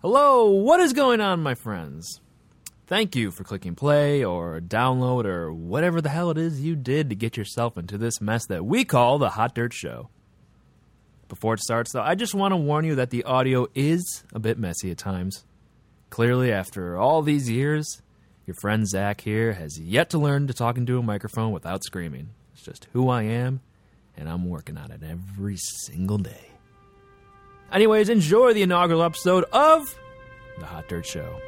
Hello, what is going on, my friends? Thank you for clicking play or download or whatever the hell it is you did to get yourself into this mess that we call the Hot Dirt Show. Before it starts, though, I just want to warn you that the audio is a bit messy at times. Clearly, after all these years, your friend Zach here has yet to learn to talk into a microphone without screaming. It's just who I am, and I'm working on it every single day. Anyways, enjoy the inaugural episode of The Hot Dirt Show.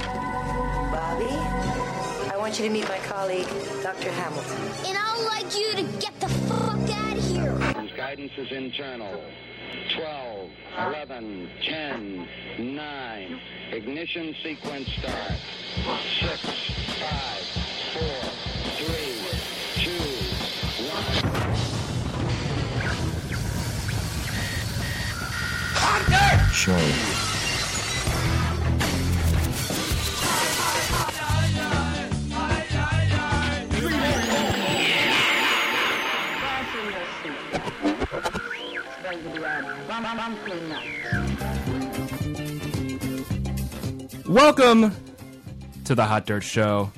Bobby, I want you to meet my colleague, Dr. Hamilton. And I'd like you to get the fuck out of here. His guidance is internal. 12, 11, 10, 9. Ignition sequence start. 6, 5, 4, 3, 2, 1. Welcome to The Hot Dirt Show.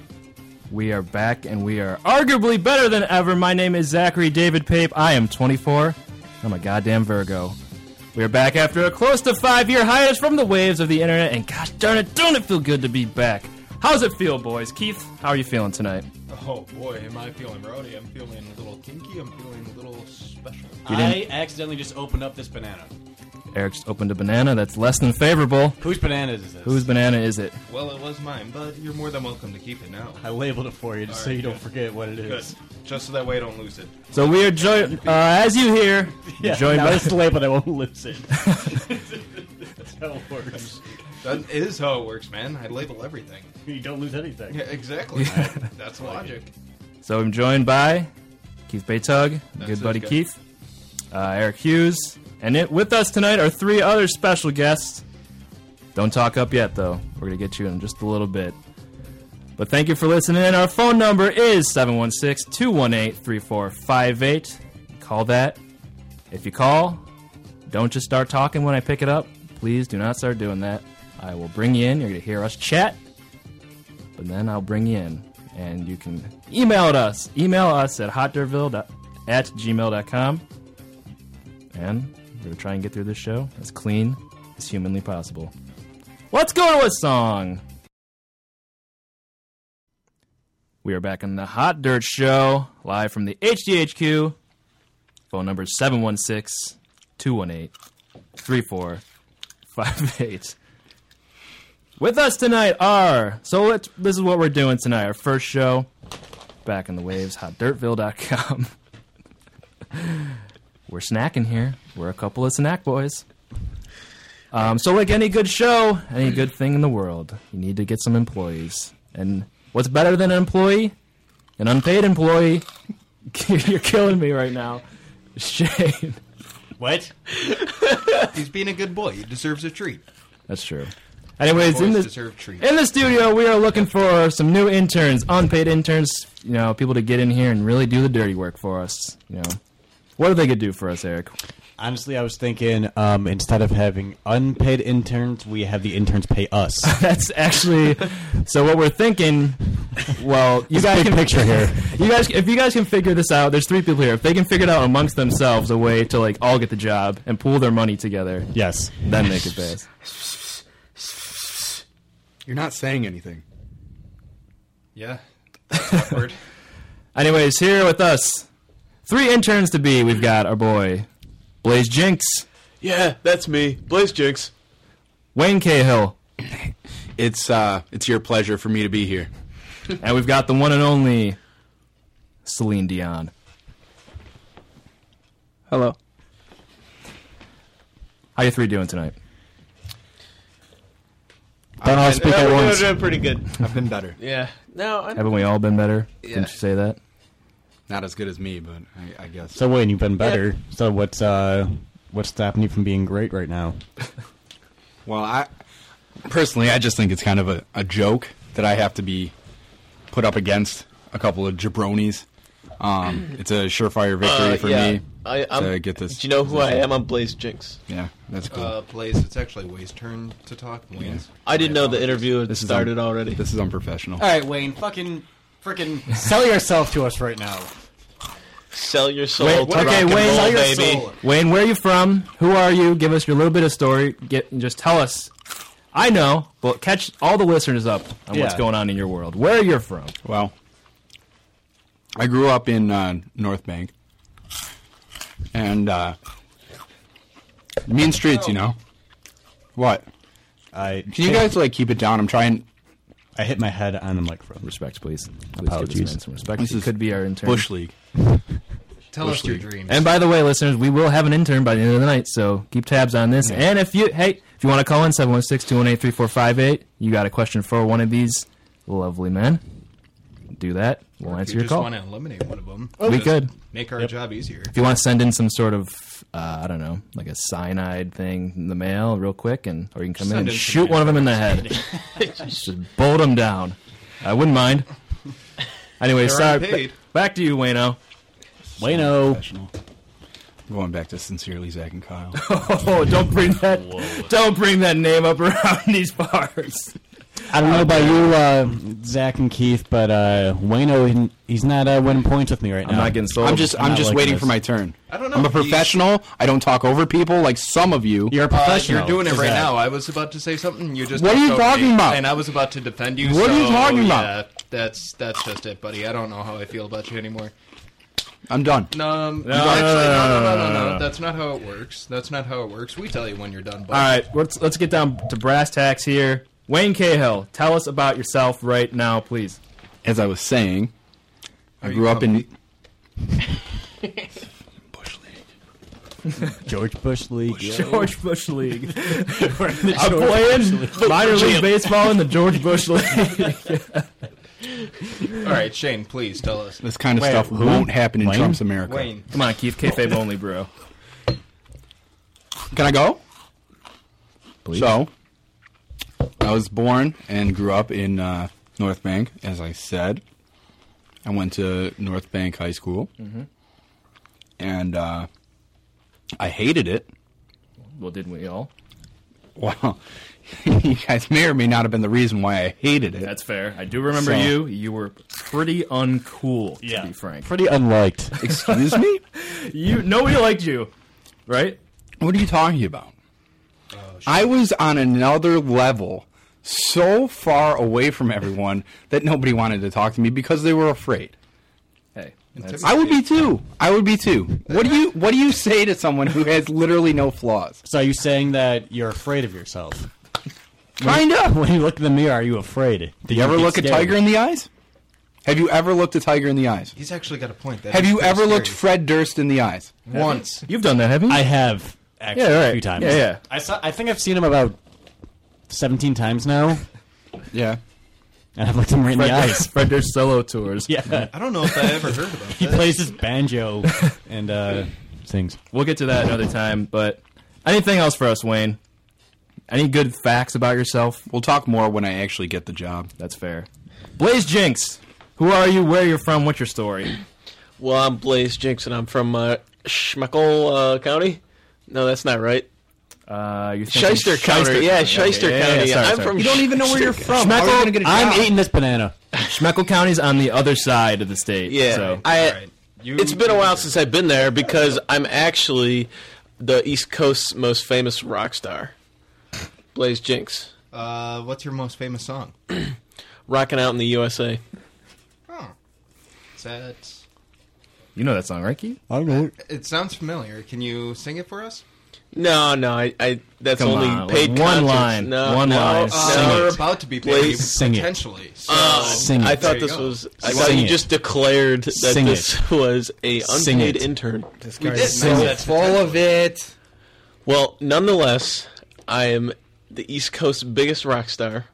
We are back and we are arguably better than ever. My name is Zachary David Pape. I am 24. I'm a goddamn Virgo. We are back after a close to five year hiatus from the waves of the internet, and gosh darn it, don't it feel good to be back? How's it feel, boys? Keith, how are you feeling tonight? Oh boy, am I feeling rowdy? I'm feeling a little kinky. I'm feeling a little special. I accidentally just opened up this banana. Eric just opened a banana that's less than favorable. Whose banana is this? Whose banana is it? Well, it was mine, but you're more than welcome to keep it now. I labeled it for you just so Alright, you don't good. forget what it Good. is. Just so that way I don't lose it. So we are joined, uh, as you hear, Yeah, joined now by it's labeled. I won't lose it. That's how it works. That is how it works, man. I label everything. You don't lose anything. Yeah, exactly. That's logic. So I'm joined by Keith Baytug, good his buddy guy. Keith, uh, Eric Hughes, and it, with us tonight are three other special guests. Don't talk up yet, though. We're going to get you in just a little bit. But thank you for listening. And our phone number is 716 218 3458. Call that. If you call, don't just start talking when I pick it up. Please do not start doing that. I will bring you in. You're going to hear us chat but then I'll bring you in. And you can email it us. Email us at hotderville dot- at gmail.com. And we're going to try and get through this show as clean as humanly possible. Let's go to a song. We are back on the Hot Dirt Show, live from the HDHQ. Phone number is 716 218 3458. With us tonight are so let this is what we're doing tonight. Our first show back in the waves, hotdirtville.com. we're snacking here. We're a couple of snack boys. Um, so like any good show, any good thing in the world, you need to get some employees. And what's better than an employee? An unpaid employee. You're killing me right now. Shane. What? He's being a good boy. He deserves a treat. That's true. Anyways, in Boys this deserve treats. in the studio, we are looking for some new interns, unpaid interns. You know, people to get in here and really do the dirty work for us. You know, what do they could do for us, Eric? Honestly, I was thinking um, instead of having unpaid interns, we have the interns pay us. That's actually so. What we're thinking. Well, you guys big can picture here. You guys, if you guys can figure this out, there's three people here. If they can figure it out amongst themselves a way to like all get the job and pool their money together, yes. then they could pay us. You're not saying anything. Yeah. That's awkward. Anyways, here with us, three interns to be. We've got our boy Blaze Jinx. Yeah, that's me, Blaze Jinx. Wayne Cahill, It's uh, it's your pleasure for me to be here. and we've got the one and only Celine Dion. Hello. How you three doing tonight? Don't all speak at once. Doing pretty good. I've been better. Yeah. No, I'm, Haven't we all been better? Yeah. Didn't you say that? Not as good as me, but I, I guess. So Wayne, you've been better. So what's uh what's stopping you from being great right now? Well, I personally, I just think it's kind of a, a joke that I have to be put up against a couple of jabronis. Um, it's a surefire victory uh, for yeah. me. I, I'm, to get this Do you know who I position. am? I'm Blaze Jinx. Yeah, that's cool. Uh, Blaze, it's actually Way's turn to talk. Wayne's. I didn't know the interview had This is started on- already. this is unprofessional. All right, Wayne, fucking freaking sell yourself to us right now. Sell your soul Wait, to what- rock okay, and wait, roll, sell your baby. soul. Wayne, where are you from? Who are you? Give us your little bit of story. Get and just tell us. I know, but catch all the listeners up on what's Yeah. going on in your world. Where you're from? Well, I grew up in uh, North Bank, and uh, mean streets, you know. What? I Can you guys like keep it down? I'm trying. I hit my head on the microphone. Respect, please. Please give Apologies. this man some respect. This He is could be our intern. Bush League. Tell us your dreams. And by the way, listeners, we will have an intern by the end of the night, so keep tabs on this. And if you hey, if you want to call in 716-218-3458, you got a question for one of these lovely men. Do that. We'll If answer you your just call. want to eliminate one of them. We could. Make our job easier. If you want to send in some sort of, uh, I don't know, like a cyanide thing in the mail real quick, and or you can come in Send and in some shoot one of them in the head. Just bolt them down. I wouldn't mind. Anyway, sorry. unpaid. ba- back to you, Wayno. Wayno. Professional. Going back to sincerely Zach and Kyle. Oh, don't bring that. Don't bring that name up around these bars. I don't know about you, uh, Zach and Keith, but uh, Wayno, he- he's not uh, winning points with me right now. I'm not getting sold. I'm just I'm I'm, not just liking waiting this. for my turn. I don't know I'm a if he's- professional. I don't talk over people like some of you. You're a Uh, professional. you're doing it Zach. right now. I was about to say something. You just What are you jumped over talking me, about? And I was about to defend you. What are you so, talking about? yeah, That's that's just it, buddy. I don't know how I feel about you anymore. I'm done. No, um, No, actually, no, no, no, no, no, no, no, Uh, no, no. That's not how it works. That's not how it works. We tell you when you're done. Buddy. All right, let's let's get down to brass tacks here. Wayne Cahill, tell us about yourself right now, please. As I was saying, I Are grew you up in. George Bush League. George Bush League. I'm playing minor league baseball in the George Bush League. all right, Shane. Please tell us. This kind of Wait, stuff who? won't happen in Wayne? Trump's America. Wayne, Come on, Keith, kayfabe only, bro. Can I go? So, I was born and grew up in uh, North Bank, as I said. I went to North Bank High School, and uh, I hated it. Well, didn't we all? Well, you guys may or may not have been the reason why I hated it. That's fair. I do remember So- you. You were pretty uncool, to be frank. Pretty unliked. Excuse me? You nobody liked you, right? What are you talking about? I was on another level, so far away from everyone that nobody wanted to talk to me because they were afraid. Hey, that's, I would be too. I would be too. What do you What do you say to someone who has literally no flaws? So are you saying that you're afraid of yourself? Kinda. When you look in the mirror, are you afraid? Do You ever look a tiger in the eyes? Have you ever looked a tiger in the eyes? he's actually got a point. That Have is you pretty ever looked scary. Fred Durst in the eyes? once? you've done that, haven't you? I have actually Yeah, right. a few times. Yeah, yeah. I saw. I think I've seen him about seventeen times now, Yeah. and I've looked him right in the eyes. Fred Durst solo tours. Yeah, I don't know if I ever heard about he that. plays his banjo and uh, sings. We'll get to that another time. But anything else for us, Wayne? Any good facts about yourself? We'll talk more when I actually get the job. That's fair. Blaze Jinx, who are you? Where you're from? What's your story? Well, I'm Blaze Jinx, and I'm from uh, Schmeckle uh, County. No, that's not right. Uh, you're thinking Shyster County. Yeah, Shyster Yeah, yeah, yeah, County. sorry, I'm sorry. from. You don't even know where you're from. How are you Schmeckle, gonna get a I'm job? eating this banana. Schmeckle County's on the other side of the state. Yeah, So. I. All right. You- It's been a while since I've been there because I'm actually the East Coast's most famous rock star, Blaze Jinx, Uh, what's your most famous song? rocking out in the USA. Oh, is that you know that song, right, Keith? I know. It sounds familiar. Can you sing it for us? No, no, I, I that's Come only on, paid one concerts. line, No, one no, line. no. Uh, we're about to be paid Please sing it. potentially. So Sing I it. thought There you this go. was. I Sing thought you it. just declared that Sing this was a Sing unpaid it. intern. we did Sing know it. that's Full of it. Well, nonetheless, I am the East Coast's biggest rock star,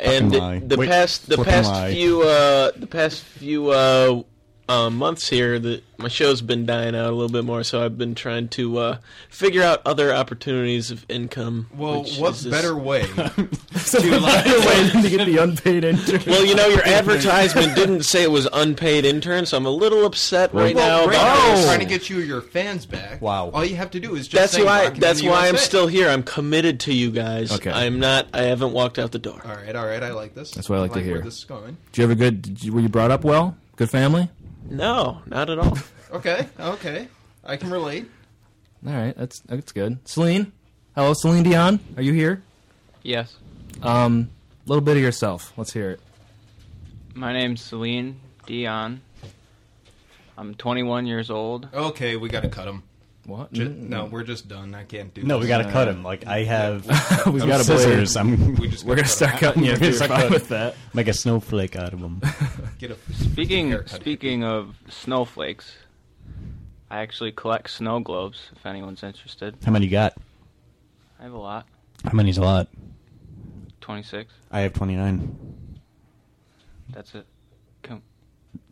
and Fucking lie. the, the Wait, past the fucking past lie. few uh, the past few uh, uh, months here, the, my show's been dying out a little bit more, so I've been trying to uh, figure out other opportunities of income. Well, which what is this- better way? way to get the unpaid intern. Well, you know, your advertisement didn't say it was unpaid intern, so I'm a little upset right now. Well, right about now, this. we're trying to get you your fans back. Wow. All you have to do is just. That's sing why. Rock Me That's in the why I'm USA. still here. I'm committed to you guys. Okay. I'm not. I haven't walked out the door. All right, all right. I like this. That's what I like to where hear. this is going. Did you have a good? Did you, were you brought up well? Good family. No, not at all. Okay, okay. I can relate. All right, that's that's good. Celine, hello, Celine Dion. Are you here? Yes. Um, a little bit of yourself. Let's hear it. My name's Celine Dion. I'm 21 years old. Okay, we got to cut him. What? Mm. No, we're just done. I can't do. No, we this. gotta cut him. Like I have we got to scissors. I'm uh, We just We're gonna gotta start cutting you. We're If gonna you're start fine cutting. with that. make a snowflake out of him. him. Get a Speaking haircut. speaking of snowflakes, I actually collect snow globes. If anyone's interested, How many you got? I have a lot. How many's a lot? 26. I have 29. That's it. Come.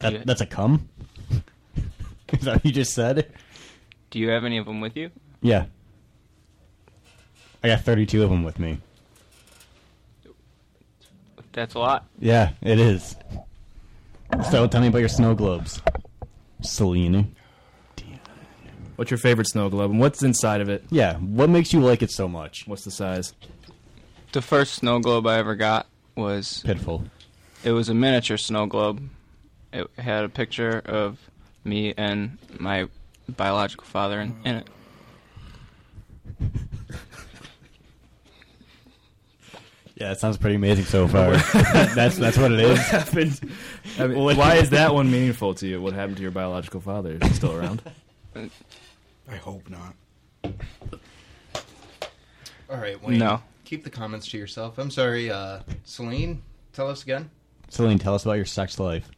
That, Yeah. That's a cum. Is that what you just said? Do you have any of them with you? Yeah. I got 32 of them with me. That's a lot. Yeah, it is. So tell me about your snow globes, Celine. What's your favorite snow globe and what's inside of it? Yeah, what makes you like it so much? What's the size? The first snow globe I ever got was Pitiful. it was a miniature snow globe. It had a picture of me and my biological father in, in it. Yeah, it sounds pretty amazing so far. that's that's what it is. I mean, What- why is that one meaningful to you? What happened to your biological father? Is he still around? I hope not. All right, Wayne. No. Keep the comments to yourself. I'm sorry, uh, Celine. Tell us again. Celine, tell us about your sex life.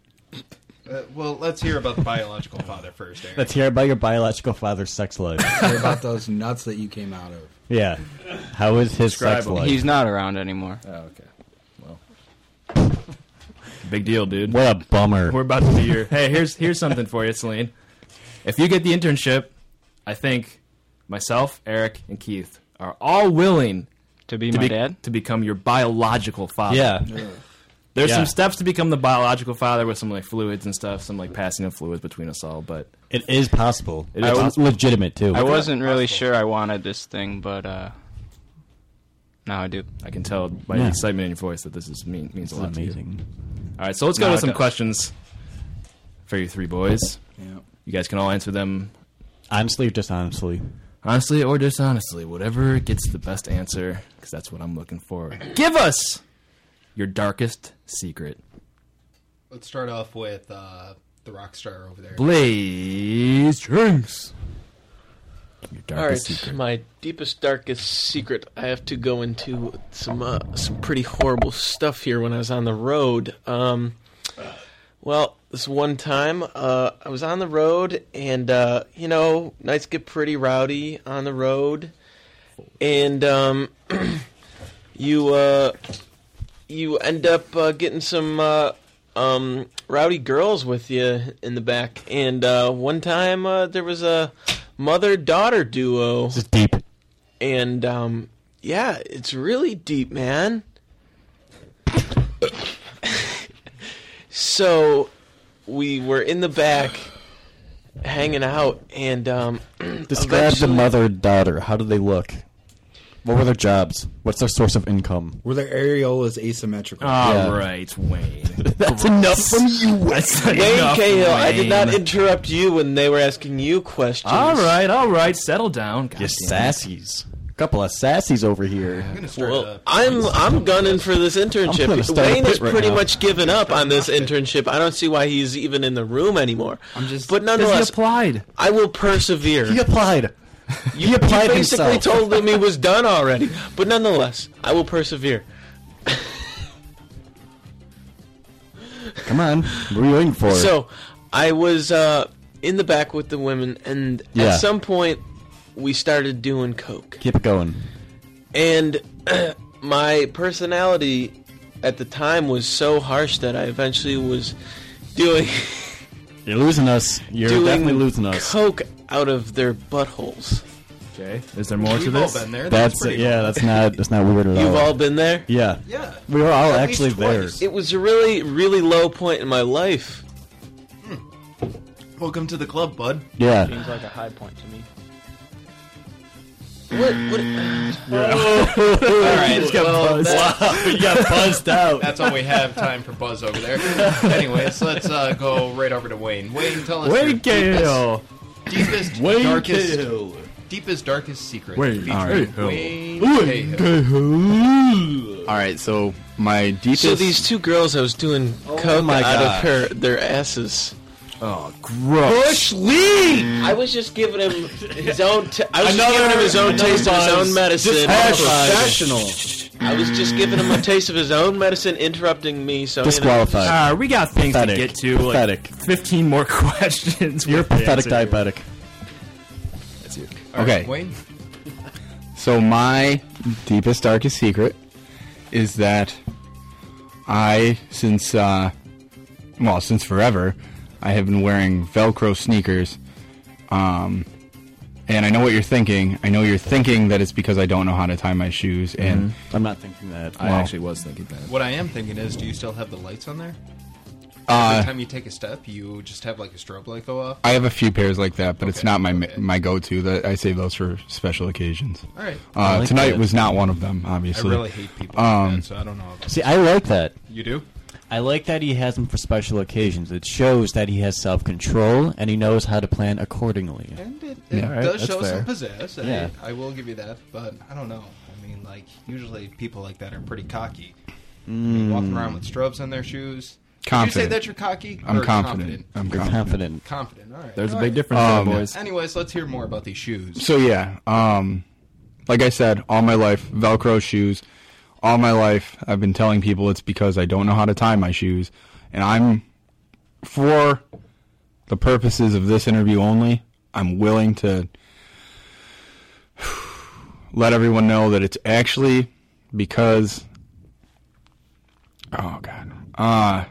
Uh, well, let's hear about the biological father first. Aaron. Let's hear about your biological father's sex life. What about those nuts that you came out of? yeah, how is his Describe sex him. life? He's not around anymore. Oh, okay. Well, big deal, dude. what a bummer. We're about to be your. Hey, here's here's something for you, Celine. If you get the internship, I think myself, Eric, and Keith are all willing To be to, my be- dad. to become your biological father. yeah, There's Yeah. some steps to become the biological father with some like fluids and stuff, some like passing of fluids between us all. But it is possible. is it's possible. legitimate too. I wasn't really sure I wanted this thing, but uh, now I do. I can tell by the Yeah. excitement in your voice that this is mean, means a It's lot to you. amazing. All right, so let's go No, to it some does. questions for you three boys. Yeah. You guys can all answer them Honestly, just honestly, honestly or dishonestly, whatever gets the best answer, because that's what I'm looking for. Give us your darkest secret, Let's start off with uh, the rock star over there. Blaze Drinks. Your All right, darkest secret. my deepest, darkest secret. I have to go into some uh, some pretty horrible stuff here. When I was on the road, um, well, this one time uh, I was on the road, and uh, you know, nights get pretty rowdy on the road, and um, you uh, you end up uh, getting some uh, um, rowdy girls with you in the back. And uh, one time uh, there was a mother daughter duo, this is deep. and um, yeah, it's really deep, man. so we were in the back hanging out, and um, Describe the eventually- mother daughter. How do they look? What were their jobs? What's their source of income? Were their areolas asymmetrical? All Ah, Yeah. right, Wayne. That's enough from you. That's Wayne Wayne Cahill, I did not interrupt you when they were asking you questions. all right, all right, settle down. God You damn it. sassies. Couple of sassies over I'm here. gonna start. Well, uh, I'm I'm gunning for this I'm gonna internship. start a Wayne has pit right pretty now. much given up on this internship. I don't see why he's even in the room anymore. I'm just- but Because he nonetheless, applied. I will persevere. He applied. You, He applied you basically himself. told him he was done already. But nonetheless, I will persevere. Come on, what are you waiting for? So, I was uh, in the back with the women, and Yeah. at some point, we started doing coke. keep it going. And my personality at the time was so harsh that I eventually was doing You're losing us. You're doing definitely losing us. coke out of their buttholes. Okay, is there more to We've all this? been there. That's, pretty yeah. cool. That's not. That's not weird at all. You've all been there. yeah. Yeah. We were all At least actually there. twice. It was a really, really low point in my life. Welcome to the club, bud. Yeah. Seems like a high point to me. What? what All right, just got buzzed. you got buzzed out. That's all we have time for Buzz over there. Anyways, let's uh, go right over to Wayne. Wayne, tell us Wayne your Cahill. deepest, deepest Wayne darkest, Cahill. deepest, darkest secret. Wayne Featuring Cahill. Wayne Wayne Cahill. All right, so my deepest. so these two girls, I was doing coke out my gosh. of her their asses. Oh, gross. Bush League. I was just giving him his own. T- I was Another- just giving him his own taste of his own medicine. Professional. I was just giving him a taste of his own medicine, interrupting me. So you know, Disqualified. Uh, we got things Pathetic. to get to. Like Pathetic. 15 more questions. You're a with the pathetic answer. diabetic. All right, Okay. Wayne. So my deepest, darkest secret is that I, since uh, well, since forever, I have been wearing Velcro sneakers. Um, and I know what you're thinking. I know you're thinking that it's because I don't know how to tie my shoes. And I'm not thinking that. I Wow. actually was thinking that. What I am thinking is, do you still have the lights on there? Every uh, time you take a step, you just have like a strobe light go off. I have a few pairs like that, but it's Okay, not my okay. my go-to. That I save those for special occasions. All right. Uh, like tonight that. was not one of them, I obviously. really hate people like um, that, so I don't know. About See, I like that. You do? I like that he has them for special occasions. It shows that he has self control and he knows how to plan accordingly. And it, it Yeah, all right, does that's show fair. some eh? pizzazz. I, Yeah. I will give you that, but I don't know. I mean, like usually people like that are pretty cocky, walking around with strobes on their shoes. Did you say Mm. Confident. that you're cocky? I'm Or confident. I'm You're confident. confident. Confident. All right. There's a All big right. difference Um, there, boys. Anyways, let's hear more about these shoes. So yeah, um, like I said, all my life, Velcro shoes. All my life, I've been telling people it's because I don't know how to tie my shoes, and I'm, for the purposes of this interview only, I'm willing to let everyone know that it's actually because. Oh God. Uh,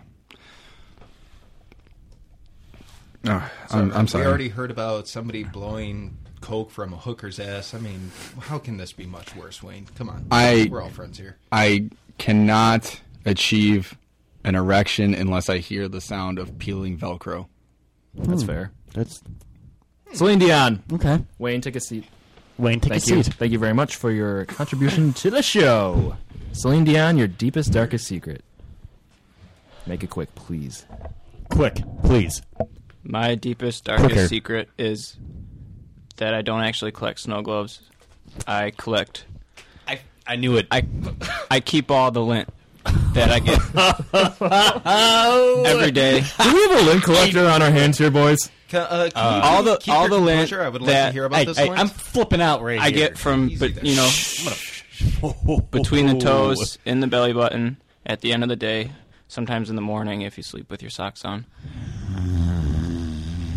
uh, I'm, I'm sorry. We already heard about somebody blowing coke from a hooker's ass. I mean, how can this be much worse, Wayne? Come on. I- We're all friends here. I cannot achieve an erection unless I hear the sound of peeling Velcro. That's fair. Hmm. That's Celine Dion. okay. Wayne, take a seat. Wayne, take Thank a you. seat. Thank you very much for your contribution to the show. Celine Dion, your deepest, darkest secret. Make it quick, please. Quick, please. My deepest, darkest Quicker. secret is that I don't actually collect snow globes. I collect. I I knew it. I I keep all the lint that I get every day. Do we have a lint collector on our hands here, boys? Can, uh, can you all the- keep all your the land composure? I would like to that hear about I, this one. am flipping out right I here. get from, Easy but there. you know, between the toes, in the belly button, at the end of the day, sometimes in the morning if you sleep with your socks on.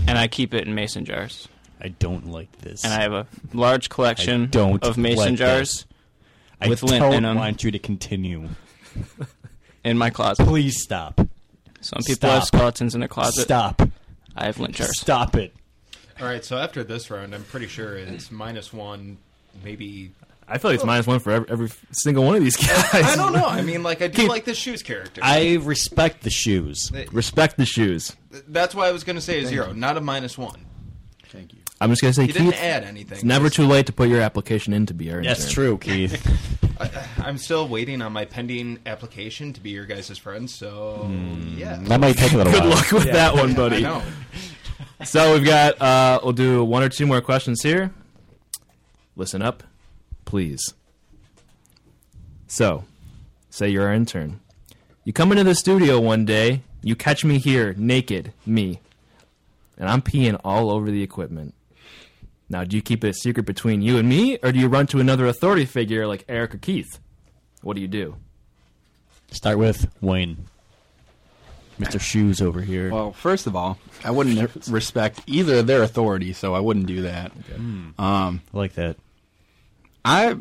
And I keep it in mason jars. I don't like this. And I have a large collection don't of mason like jars I with lint don't in 'em. want you to continue. in my closet. Please stop. Some people Stop. have skeletons in their closet. Stop. I have lint jars. Stop it. All right, so after this round, I'm pretty sure it's minus one, maybe. I feel like it's minus one for every, every single one of these guys. I don't know. I mean, like, I do like the shoes character. I respect the shoes. Respect the shoes. That's why I was going to say a zero, not a minus one. I'm just gonna say, You didn't Keith, add anything. it's never too late to put your application in to be our intern. That's true, Keith. I'm still waiting on my pending application to be your guys' friend, so. Yeah. that might take a little Hmm. Good while. luck with that one, I buddy. know. So we've got uh, we'll do one or two more questions here. Listen up, please. So, say you're our intern. You come into the studio one day, you catch me here, naked, me. And I'm peeing all over the equipment. Now, do you keep it a secret between you and me, or do you run to another authority figure like Eric or Keith? What do you do? Start with Wayne. Mr. Shoes over here. Well, first of all, I wouldn't respect either of their authority, so I wouldn't do that. Hmm. Um, I like that. I,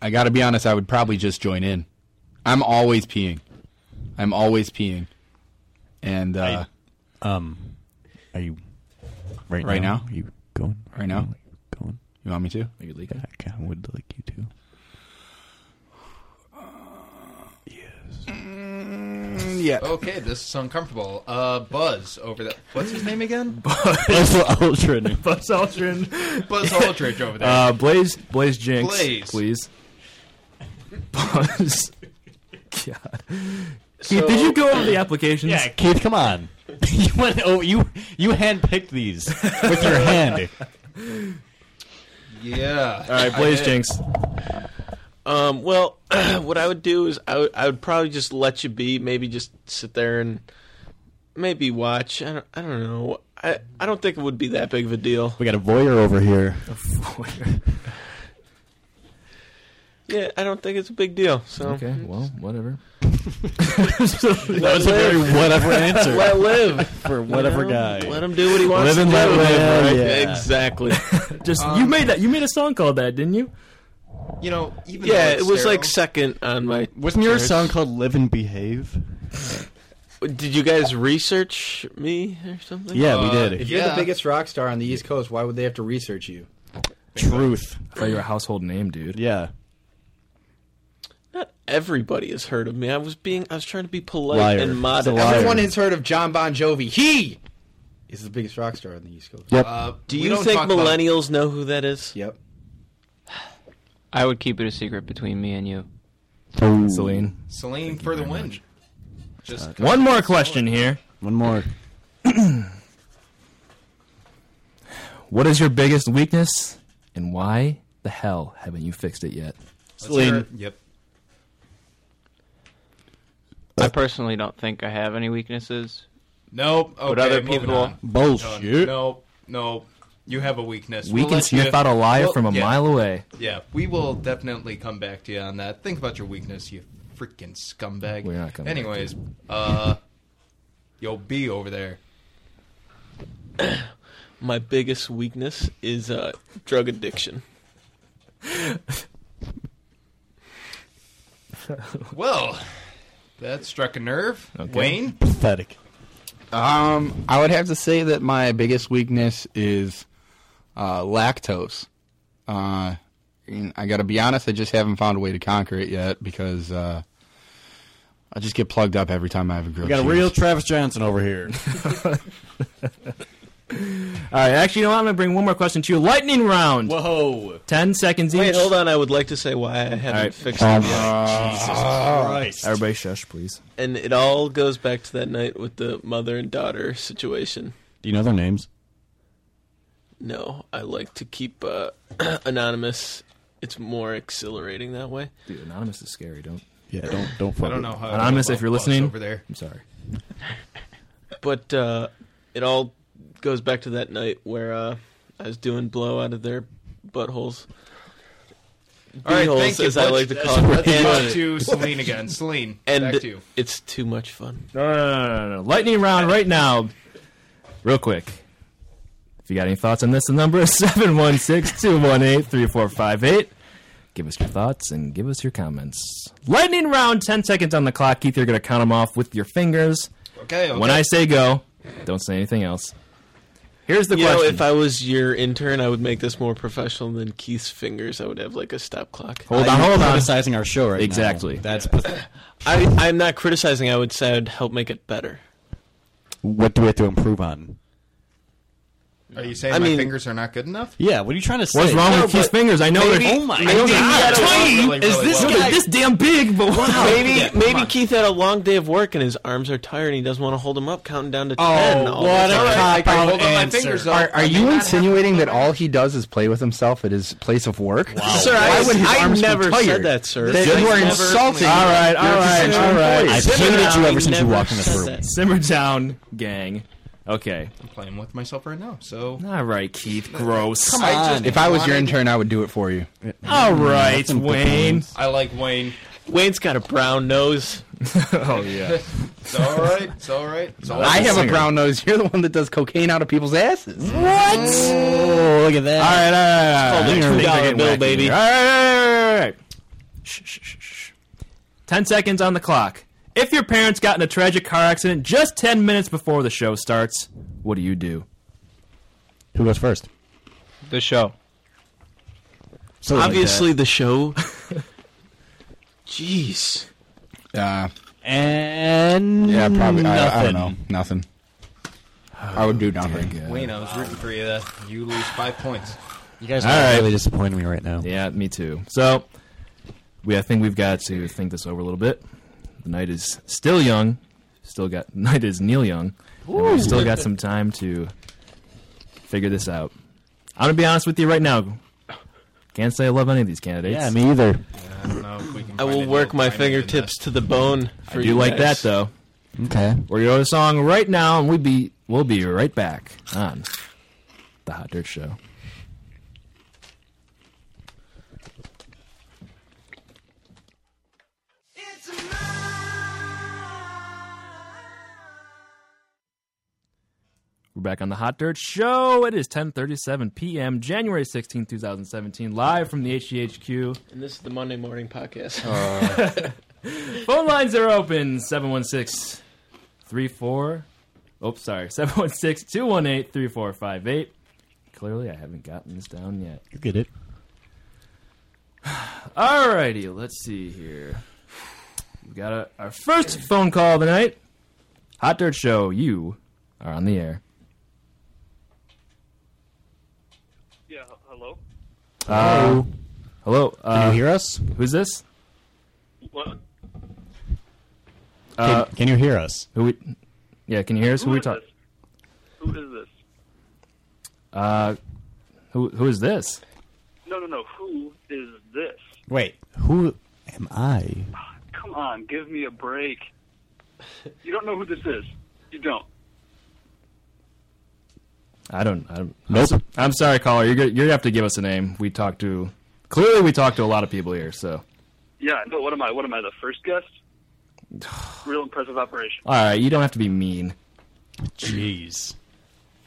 I got to be honest. I would probably just join in. I'm always peeing. I'm always peeing. And uh, Um, are you right, Right now? Are you going right now, you Going? you want me to? Are you leaking? Yeah, I kind of would like you to. yeah. Okay, this is uncomfortable. Uh, Buzz over there. What's his name again? That's what Ultron. Buzz Aldrin. Buzz Aldridge over there. Uh, Blaze, Blaze Jinx, Blaze. please. Buzz. God. So, Did you go over the applications? Yeah, Keith, come on. you went over. You you handpicked these with your hand. yeah. All right, Blaze Jinx. Um, well, what I would do is I would, I would probably just let you be. Maybe just sit there and maybe watch. I don't, I don't know. I, I don't think it would be that big of a deal. We got a voyeur over here. Yeah, I don't think it's a big deal. So Okay, well, whatever. That was a very whatever answer. let live for whatever guy. Let him do what he wants Live and to let do. live, right? yeah. Exactly. Just Um, you made that. You made a song called that, didn't you? You know, even yeah, though it it's was like sterile- second on my. Wasn't your song called "Live and Behave"? Did you guys research me or something? Yeah, we Uh, did. If you're Yeah. the biggest rock star on the East Coast, why would they have to research you? Truth. I thought you were a household name, dude. Yeah. Not everybody has heard of me. I was being. I was trying to be polite Liar. and He's modest. a liar. Everyone has heard of John Bon Jovi. He is the biggest rock star on the East Coast. Yep. Uh, Do we you don't think talk about- millennials know who that is? Yep. I would keep it a secret between me and you. Celine. Celine for the win? Just Uh, One more question here. One more. What is your biggest weakness, and why the hell haven't you fixed it yet? Let's hear it. Yep. Uh, I personally don't think I have any weaknesses. Nope. Okay. other moving people- on. Done. Bullshit. Nope. Nope. You have a weakness. We We'll can let sniff you- out a liar Well, from a yeah, mile away. Yeah, we will definitely come back to you on that. Think about your weakness, you freaking scumbag. We're not coming back to Anyways, uh, yo, B over there. My biggest weakness is uh, drug addiction. uh, Well, that struck a nerve. Okay. Wayne, Pathetic. Um, I would have to say that my biggest weakness is uh, lactose. Uh, and I got to be honest, I just haven't found a way to conquer it yet because uh, I just get plugged up every time I have a grilled We got a cheese. real Travis Johnson over here. All right, actually, you know what? I'm gonna bring one more question to you. Lightning round. Whoa. Ten seconds each. Wait, hold on. I would like to say why I haven't right. Uh, fixed it. Christ. Everybody, shush, please. And it all goes back to that night with the mother and daughter situation. Do you know their names? No, I like to keep uh, anonymous. It's more exhilarating that way. Dude, anonymous is scary. Don't. Yeah, don't don't fuck. I don't know how. Anonymous, if you're Buzz listening. over there. I'm sorry. But uh, it all goes back to that night where uh, I was doing blow out of their buttholes. All right, Beeholes, thank you. as I like Let's- to call it. Let's And- go to Celine again. Celine, And back to you. it's too much fun. No, no, no, no, no, no. Lightning round right now. Real quick. If you got any thoughts on this, the number is 716-218-3458. Give us your thoughts and give us your comments. Lightning round, 10 seconds on the clock. Keith, you're going to count them off with your fingers. Okay. okay. When I say go, don't say anything else. Here's the You know, question. if I was your intern, I would make this more professional than Keith's fingers. I would have like a stop clock. hold on, hold on. Criticizing our show right now. Exactly. That's I, I'm not criticizing. I would say I'd help make it better. what do we have to improve on? are you saying I my mean- fingers are not good enough? Yeah, what are you trying to say? What's wrong with Keith's fingers? I know maybe- they're... Oh my I know they're God. not tiny. Really, Is really this well. guy- this damn big? But wow. Maybe Yeah, come maybe on. Keith had a long day of work and his arms are tired and he doesn't want to hold them up, counting down to Oh, ten. all the what a time. cop I out hold up my answer. fingers up. Are, are I may you not have- insinuating that all he does is play with himself at his place of work? Wow. Sir, Why I, would his I arms be never said tired? that, sir. They- You I've are never- insulting. All right, all You're right, essential all right. employees. I've hated you down. ever since you Never walked in this said room. that. Simmer down, gang. Okay. I'm playing with myself right now. So All right, Keith. Gross. Come on. If I was your Wanted- intern, I would do it for you. Mm, All right, Nothing but Wayne. puns. I like Wayne. Wayne's got a brown nose. oh yeah. It's all right. It's all right. It's all I right. have a brown nose. You're the one that does cocaine out of people's asses. Oh, look at that. All right, all right, all right. Called a Things are $2 getting bill, wacky baby. here. All right, all right, all right, all right. Shh, shh, shh, shh. Ten seconds on the clock. If your parents got in a tragic car accident just ten minutes before the show starts, what do you do? Who goes first? The show. So Obviously, the show. Jeez. Uh, and yeah, probably. I, I nothing. don't know. Nothing. I would do nothing. Wayne, I was rooting for you. That you lose five points. You guys All are right. really disappointing me right now. Yeah, me too. So we I think we've got to think this over a little bit. The night is still young. Still got night is Neil Young. And we've still got some time to figure this out. I'm gonna be honest with you right now. Can't say I love any of these candidates. Yeah, me either. I don't know if we can. I will work my fingertips to the bone I for do you like that guys. though. Okay. We're going to a song right now, and we be we'll be right back on the Hot Dirt Show. We're back on the Hot Dirt Show. It is 10:37 p.m. January 16, 2017, live from the HGHQ. And this is the Monday morning podcast. Uh, Uh, Phone lines are open 716 34. Oops, sorry. 716 218 3458. Clearly, I haven't gotten this down yet. You get it. Alrighty, let's see here. We got a, our first phone call of the night. Hot Dirt Show, you are on the air. Yeah, h- hello? Uh, hello. Can Uh, you hear us? who's this? What? Uh, can, can you hear us? who we, yeah, can you hear us? Who, Who we is talk? this? Who is this? Uh, who, who is this? No, no, no. Who is this? Wait, who am I? Come on, give me a break. You don't know who this is. You don't. I don't. I don't Nope. I'm, sorry, caller. You're gonna, you're gonna have to give us a name. We talked to. Clearly, we talked to a lot of people here. So, Yeah, no, what am I? What am I, the first guest? Real impressive operation. all right, you don't have to be mean. Jeez.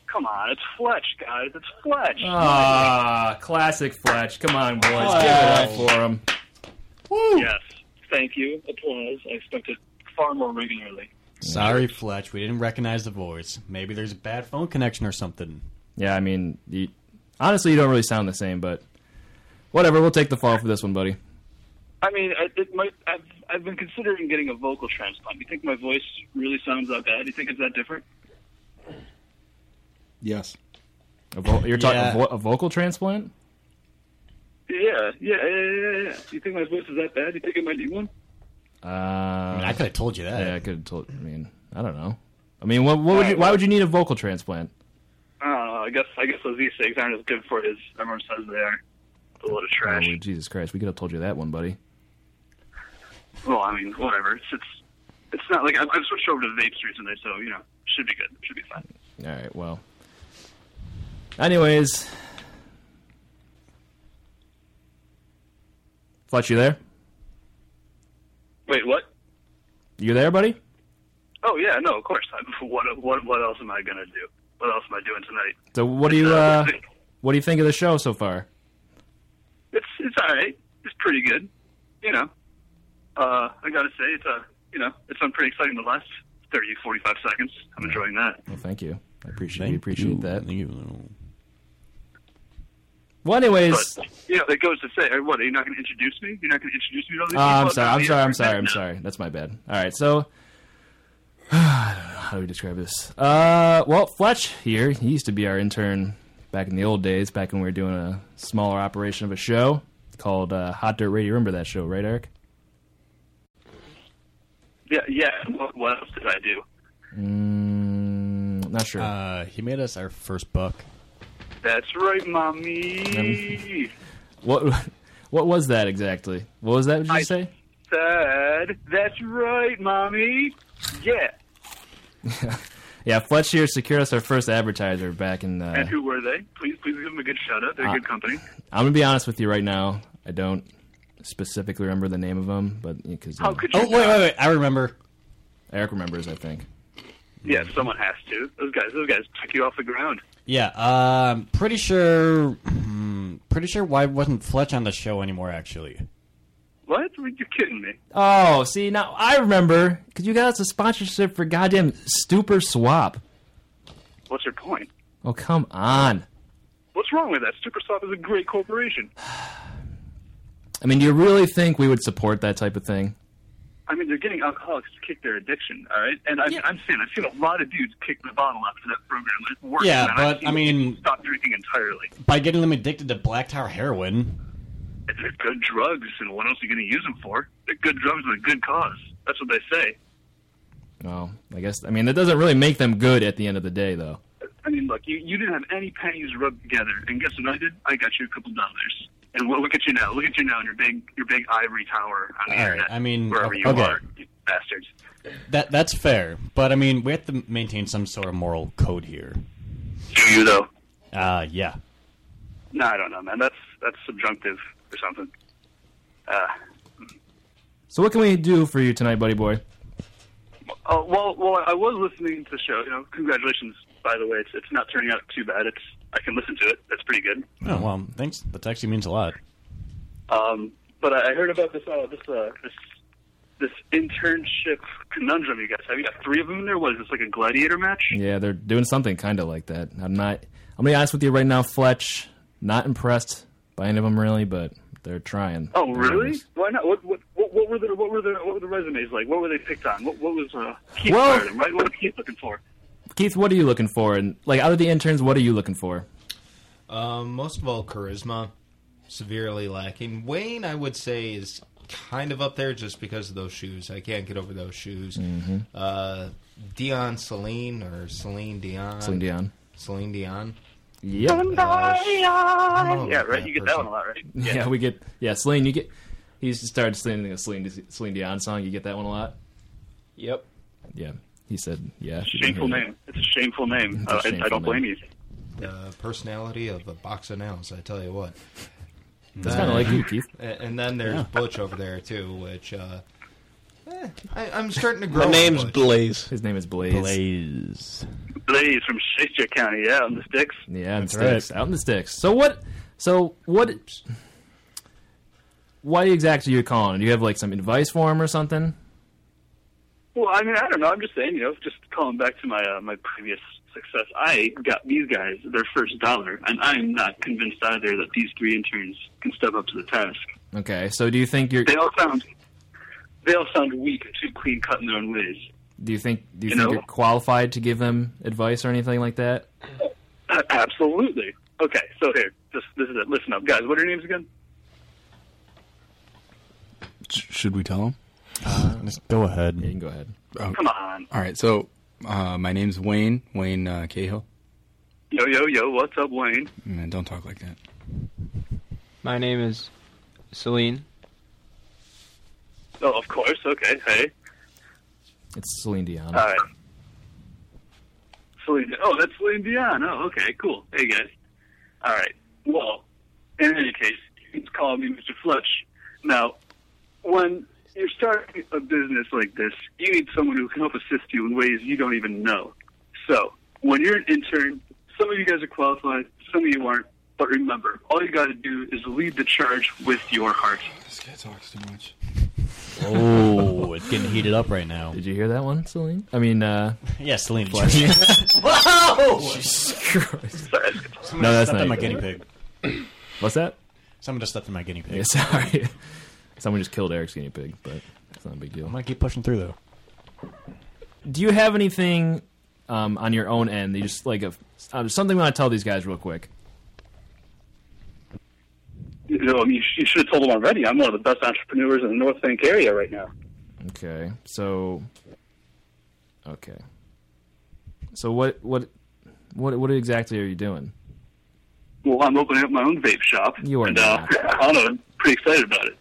Come on, it's Fletch, guys. It's Fletch. Ah, classic Fletch. Come on, boys, give it up for him. yes. Thank you. Applause. I expect it far more regularly. Sorry, Fletch. We didn't recognize the voice. Maybe there's a bad phone connection or something. Yeah, I mean, you, honestly, you don't really sound the same, but whatever. We'll take the fall for this one, buddy. I mean, I, it might, I've, I've been considering getting a vocal transplant. You think my voice really sounds that bad? You think it's that different? Yes. A vo- you're talking Yeah. a, vo- a vocal transplant? Yeah, yeah, yeah, yeah, yeah. You think my voice is that bad? You think I might need one? Uh, I could have told you that. yeah, I could have told. I mean, I don't know. I mean, what, what would you? Why would you need a vocal transplant? I don't know. Uh, I guess I guess those E-cigs aren't as good for it as everyone says they are. A lot of trash. Oh, Jesus Christ, we could have told you that one, buddy. Well, I mean, whatever. It's it's, it's not like I've, I've switched over to vapes recently, so you know, should be good. Should be fine. All right. Well. Anyways, Fletch, you there? Wait, what? You there, buddy? Oh yeah, no, of course. I, what what what else am I gonna do? What else am I doing tonight? So, what do you uh, what do you think of the show so far? It's it's all right. It's pretty good. You know, uh, I gotta say it's uh you know it's been pretty exciting the last 30, 45 seconds. I'm enjoying that. Well, thank you. I appreciate Thank we appreciate you. that. Thank you. Well, anyways, But you know, it goes to say, what? Are you not going to introduce me? You're not going to introduce me to all these oh, people? I'm sorry. I'm Yeah, sorry. I'm sorry. I'm no. sorry. That's my bad. All right. So, I don't know how do we describe this? Uh, well, Fletch here. He used to be our intern back in the old days, back when we were doing a smaller operation of a show called uh, Hot Dirt Radio. Remember that show, right, Eric? Yeah, yeah. What, what else did I do? Mm, not sure. Uh, he made us our first buck. That's right, mommy. what what was that exactly? What was that? Did you I- say? Said, that's right, mommy. Yeah. Yeah, Fletchier secured us our first advertiser back in. Uh, and who were they? Please, please give them a good shout out. They're uh, a good company. I'm gonna be honest with you right now. I don't specifically remember the name of them, but because How could you Oh, wait, wait, wait. I remember. Eric remembers, I think. Yeah, someone has to. Those guys, those guys took you off the ground. Yeah, um, pretty sure. hmm, pretty sure. Why wasn't Fletch on the show anymore? Actually, What? You're kidding me. Oh, see now I remember because you got us a sponsorship for goddamn Stuper Swap. What's your point? Oh come on! What's wrong with that? Supersoft is a great corporation. I mean, do you really think we would support that type of thing? I mean, they're getting alcoholics to kick their addiction, all right? And I'm, I'm saying I've seen a lot of dudes kick the bottle after that program. It works. Yeah, man. but, I've seen I mean- people stop drinking entirely. by getting them addicted to Black Tower heroin. They're good drugs, and what else are you going to use them for? They're good drugs with a good cause. That's what they say. No, I guess I mean that doesn't really make them good at the end of the day, though. I mean, look, you, you didn't have any pennies rubbed together, and guess what I did? I got you a couple dollars. And look, look at you now. Look at you now in your big your big ivory tower on the All right, internet. I mean, wherever o- you okay. are, you bastards. That that's fair, but I mean, we have to maintain some sort of moral code here. Do you though? Uh, yeah. No, I don't know, man. That's that's subjunctive or something. Uh, So what can we do for you tonight, buddy boy? oh, well, well, I was listening to the show. You know, congratulations, by the way. It's it's not turning out too bad. It's I can listen to it. That's pretty good. Oh well, thanks. That actually means a lot. Um, but I I heard about this uh, this uh, this this internship conundrum you guys have. You got three of them in there. What is this like a gladiator match? Yeah, they're doing something kind of like that. I'm not. I'm gonna be honest with you right now, Fletch. Not impressed by any of them really, but they're trying. Oh, really? Why not? What what what, what were the what were the what were the resumes like? What were they picked on? What what was uh, Keith Well- hired him, right? What was Keith looking for? Keith, what are you looking for? And like out of the interns, what are you looking for? Um, most of all, charisma severely lacking. Wayne, I would say, is kind of up there just because of those shoes. I can't get over those shoes. Mhm. Uh, Dion Celine or Celine Dion. Celine Dion. Celine Dion. Yeah. yeah, about right. that You get that person. one a lot, right? Yeah, we get. Yeah, Celine, you get. He's started singing a Celine, Celine Dion song. You get that one a lot. Yep. Yeah, he said. Yeah. if you didn't Shameful hear name. It's a shameful name. It's Uh, a I, I shameful don't blame name. you. The personality of a box of nails, I tell you what. That's kinda like you, Keith. A- And then there's Yeah. Butch over there, too, which uh, eh, I, I'm starting to grow. My on name's Butch. Blaze. His name is Blaze. Blaze. Blaze from Shakespeare County. Yeah, on the sticks. Yeah, out in the That's right. sticks. Out in the sticks. So what? So what? Why exactly are you calling? Do you have like some advice for him or something? Well, I mean, I don't know. I'm just saying, you know, just calling back to my uh, my previous success. I got these guys their first dollar, and I'm not convinced either that these three interns can step up to the task. Okay. So do you think you're? They all sound they all sound weak and too clean cut in their own ways. Do you think? Do you, You think know. you're qualified to give them advice or anything like that? A- Absolutely. Okay, so here, this this is it. Listen up, guys. What are your names again? Sh- should we tell him? Uh, Oh. Just go ahead. Yeah, you can go ahead. Come on. All right. So uh, my name's Wayne. Wayne uh, Cahill. Yo yo yo. What's up, Wayne? Man, don't talk like that. My name is Celine. Oh, of course. Okay. Hey. It's Celine Dion. All right. Celine. Oh, that's Celine Dion. Oh, okay, cool. Hey guys. All right. Well, in any case, he's calling me Mr. Fletch. Now, when you're starting a business like this, you need someone who can help assist you in ways you don't even know. So, when you're an intern, some of you guys are qualified, some of you aren't. But remember, all you got to do is lead the charge with your heart. This guy talks too much. Oh, it's getting heated up right now. Did you hear that one, Celine? I mean, uh, yeah, Celine. Fletch. Whoa! Sorry. No, that's stepped not on my you. guinea pig. What's that? Someone just stepped on my guinea pig. Yeah, sorry. Someone just killed Eric's guinea pig, but it's not a big deal. I'm gonna keep pushing through though. Do you have anything um, on your own end? That you just like a, uh, something I want to tell these guys real quick. You know, I mean, you sh- you should have told them already. I'm one of the best entrepreneurs in the North Bank area right now. Okay, so okay, so what what what what exactly are you doing? Well, I'm opening up my own vape shop. You are and, uh, I don't know. I'm pretty excited about it.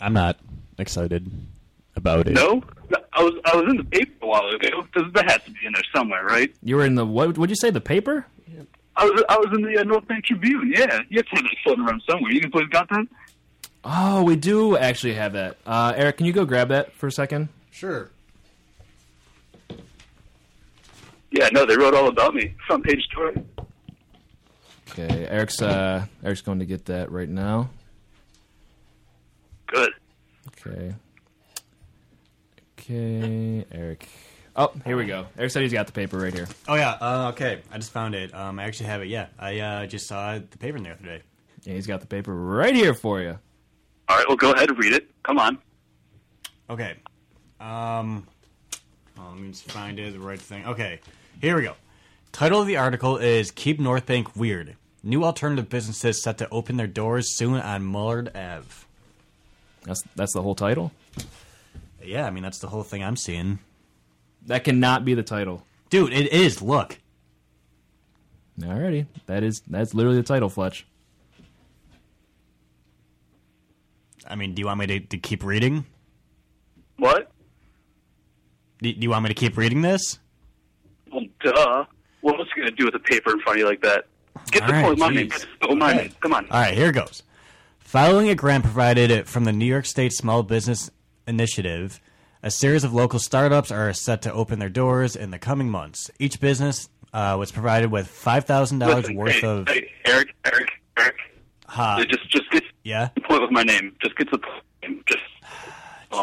I'm not excited about it. No, I was I was in the paper a while ago. Does that has to be in there somewhere, right? You were in the what? Would you say the paper? I was I was in the uh, North Bank Tribune. Yeah, you have to have that floating around somewhere. You can put got that. Oh, we do actually have that. Uh, Eric, can you go grab that for a second? Sure. Yeah, no, they wrote all about me. Front page story. Okay, Eric's uh, Eric's going to get that right now. Good. Okay. Okay, Eric. Oh, here we go. Eric said he's got the paper right here. Oh yeah. Uh, okay, I just found it. Um, I actually have it. Yeah, I uh, just saw the paper in there the other day. Yeah, he's got the paper right here for you. All right, well, go ahead and read it. Come on. Okay. Um, well, let me just find it, the right thing. Okay, here we go. Title of the article is "Keep North Bank Weird." New alternative businesses set to open their doors soon on Mullard Ave. That's that's the whole title. Yeah, I mean that's the whole thing I'm seeing. That cannot be the title, dude. It is. Look. Alrighty, that is that's literally the title, Fletch. I mean, do you want me to, to keep reading? What? Do, do you want me to keep reading this? Well, duh. What else are you gonna do with a paper in front of you like that? Get All the right, full money. jeez. Get the full money. Come on. All right, here goes. Following a grant provided from the New York State Small Business Initiative, a series of local startups are set to open their doors in the coming months. Each business uh, was provided with five thousand dollars Listen, worth hey, of hey, Eric, Eric, Eric. Ha. Just, just get yeah. the point with my name. Just get to the point. Just.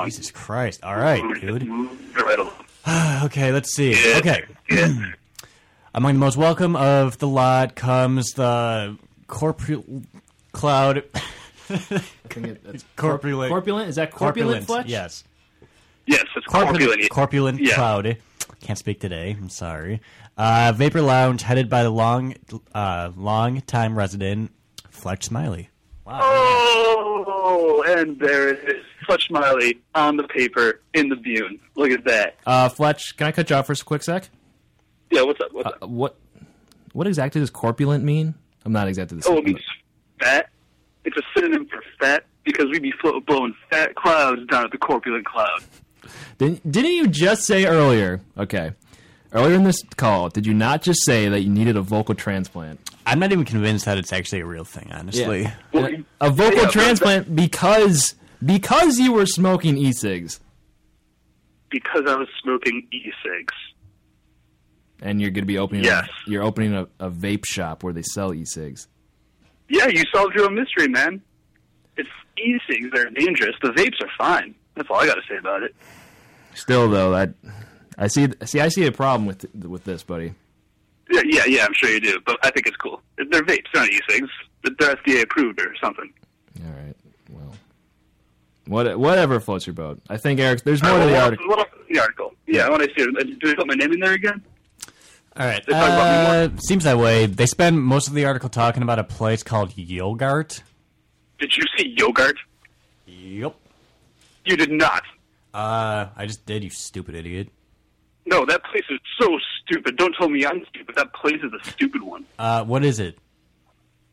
Jesus Christ! All right, dude. Get right along. okay, let's see. Okay. Among the most welcome of the lot comes the corporate cloud. corpulent. corpulent? Is that corpulent, Fletch? Yes. Yes, it's corpulent. Corpulent Yeah. cloud. Can't speak today. I'm sorry. Uh, Vapor Lounge, headed by the long, uh, long time resident Fletch Smiley. Oh, and there it is. Fletch Miley on the paper in the Bune. Look at that. Uh, Fletch, can I cut you off for a quick sec? Yeah, what's up? What's Uh, what what exactly does corpulent mean? I'm not exactly the Oh, same. it means fat. It's a synonym for fat because we be flo- blowing fat clouds down at the corpulent cloud. Didn't, didn't you just say earlier? Okay, earlier in this call, did you not just say that you needed a vocal transplant? I'm not even convinced that it's actually a real thing, honestly. A- A vocal transplant because because you were smoking e-cigs Because I was smoking e-cigs. and you're going to be opening. Yes. A, you're opening a, a vape shop where they sell e-cigs. Yeah, you solved your own mystery, man. It's e-cigs that are dangerous. The vapes are fine. That's all I got to say about it. Still though, I I see see I see a problem with with this, buddy. Yeah, yeah, yeah, I'm sure you do, but I think it's cool. They're vapes, they're not e-cigs. They're FDA approved or something. What whatever floats your boat. I think Eric, there's more to the What else- article. What else is in the article? Yeah, I want to see it. Do they put my name in there again? All right. They talk about Uh, seems that way. They spend most of the article talking about a place called Yogart. Did you see yogurt? Yep. You did not. Uh, I just did, you stupid idiot. No, that place is so stupid. Don't tell me I'm stupid. That place is a stupid one. Uh, what is it?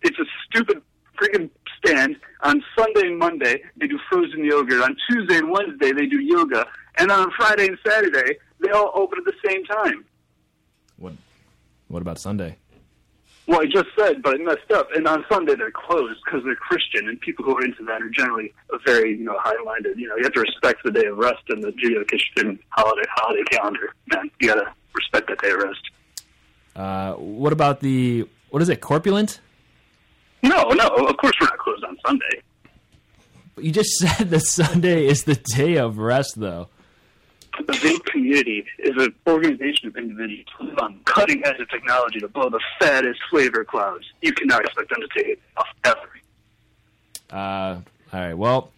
It's a stupid freaking stand. On Sunday and Monday, they do frozen yogurt. On Tuesday and Wednesday, they do yoga. And on Friday and Saturday, they all open at the same time. What about Sunday? Well, I just said, but I messed up. And on Sunday, they're closed because they're Christian, and people who are into that are generally very, you know, high-minded. You know, you have to respect the day of rest in the Judeo-Christian holiday holiday calendar. Man, you gotta respect that day of rest. Uh, what about the what is it? Corpulent? No, no, of course we're not closed on Sunday. But You just said that Sunday is the day of rest, though. The vape community is an organization of individuals who live on cutting edge of technology to blow the fattest flavor clouds. You cannot expect them to take it off ever. Uh, all right. Well, to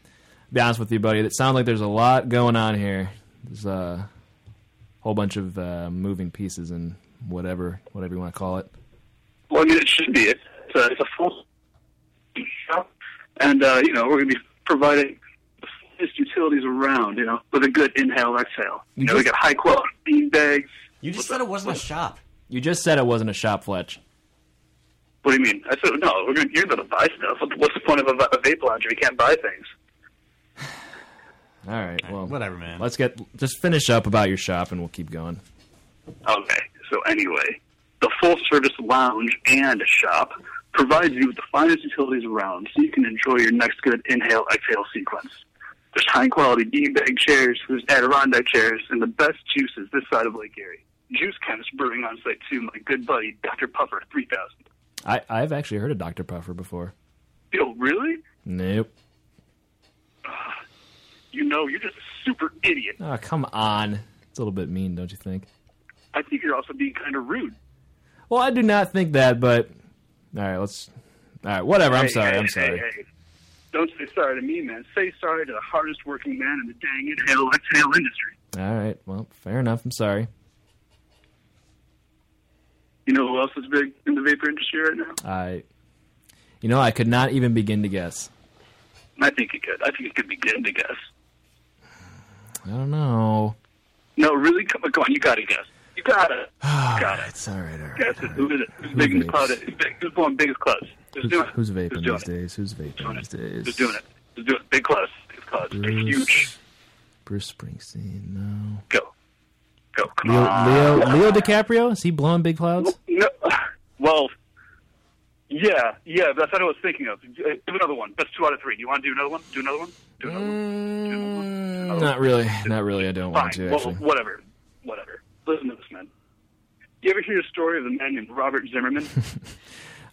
be honest with you, buddy. It sounds like there's a lot going on here. There's a whole bunch of uh, moving pieces and whatever, whatever you want to call it. Well, I mean, it should be. It's a, it's a full shop, and uh, you know we're going to be providing the finest utilities around. You know, with a good inhale exhale. You know, we got high quality bean bags. You just said it wasn't a shop. You just said it wasn't a shop, Fletch. What do you mean? I said no. We're going to you're going to buy stuff. What- What's the point of a, va- a vape lounge if you can't buy things? All right. Well, whatever, man. Let's get just finish up about your shop, and we'll keep going. Okay, so anyway, the full service lounge and shop provides you with the finest utilities around so you can enjoy your next good inhale exhale sequence. There's high quality beanbag chairs, there's Adirondack chairs, and the best juices this side of Lake Erie. Juice chemist brewing on site too, my good buddy Dr. Puffer 3000. I I've actually heard of Dr Puffer before. Yo, really? Nope. You know, you're just a super idiot. Oh, come on. It's a little bit mean, don't you think? I think you're also being kind of rude. Well, I do not think that, but all right, let's. All right, whatever. I'm Hey, sorry. hey, I'm hey, sorry. hey. Don't say sorry to me, man. Say sorry to the hardest working man in the dang inhale exhale industry. All right. Well, fair enough. I'm sorry. You know who else is big in the vapor industry right now? I, you know, I could not even begin to guess. I think it could. I think it could be good to guess. I don't know. No, really? Come on, come on. You gotta guess. You gotta. gotta. It's all right. Guess it. Who is it? Who's big in the cloud? Who's big- who's blowing biggest clouds? Who's doing it? Who's vaping doing these days? Who's vaping these days? Who's doing it? Who's doing it? Big clouds. Big clouds. They're huge. Bruce Springsteen. No. Go. Go. Come Leo, on. Leo, Leo DiCaprio. Is he blowing big clouds? No. Well. Yeah, yeah, that's what I was thinking of. Uh, Do another one. That's two out of three. You want to do another one? Do another one? Do another Mm, Not really. Not really. I don't want to Well, actually. whatever. Whatever. Listen to this, man. You ever hear a story of a man named Robert Zimmerman?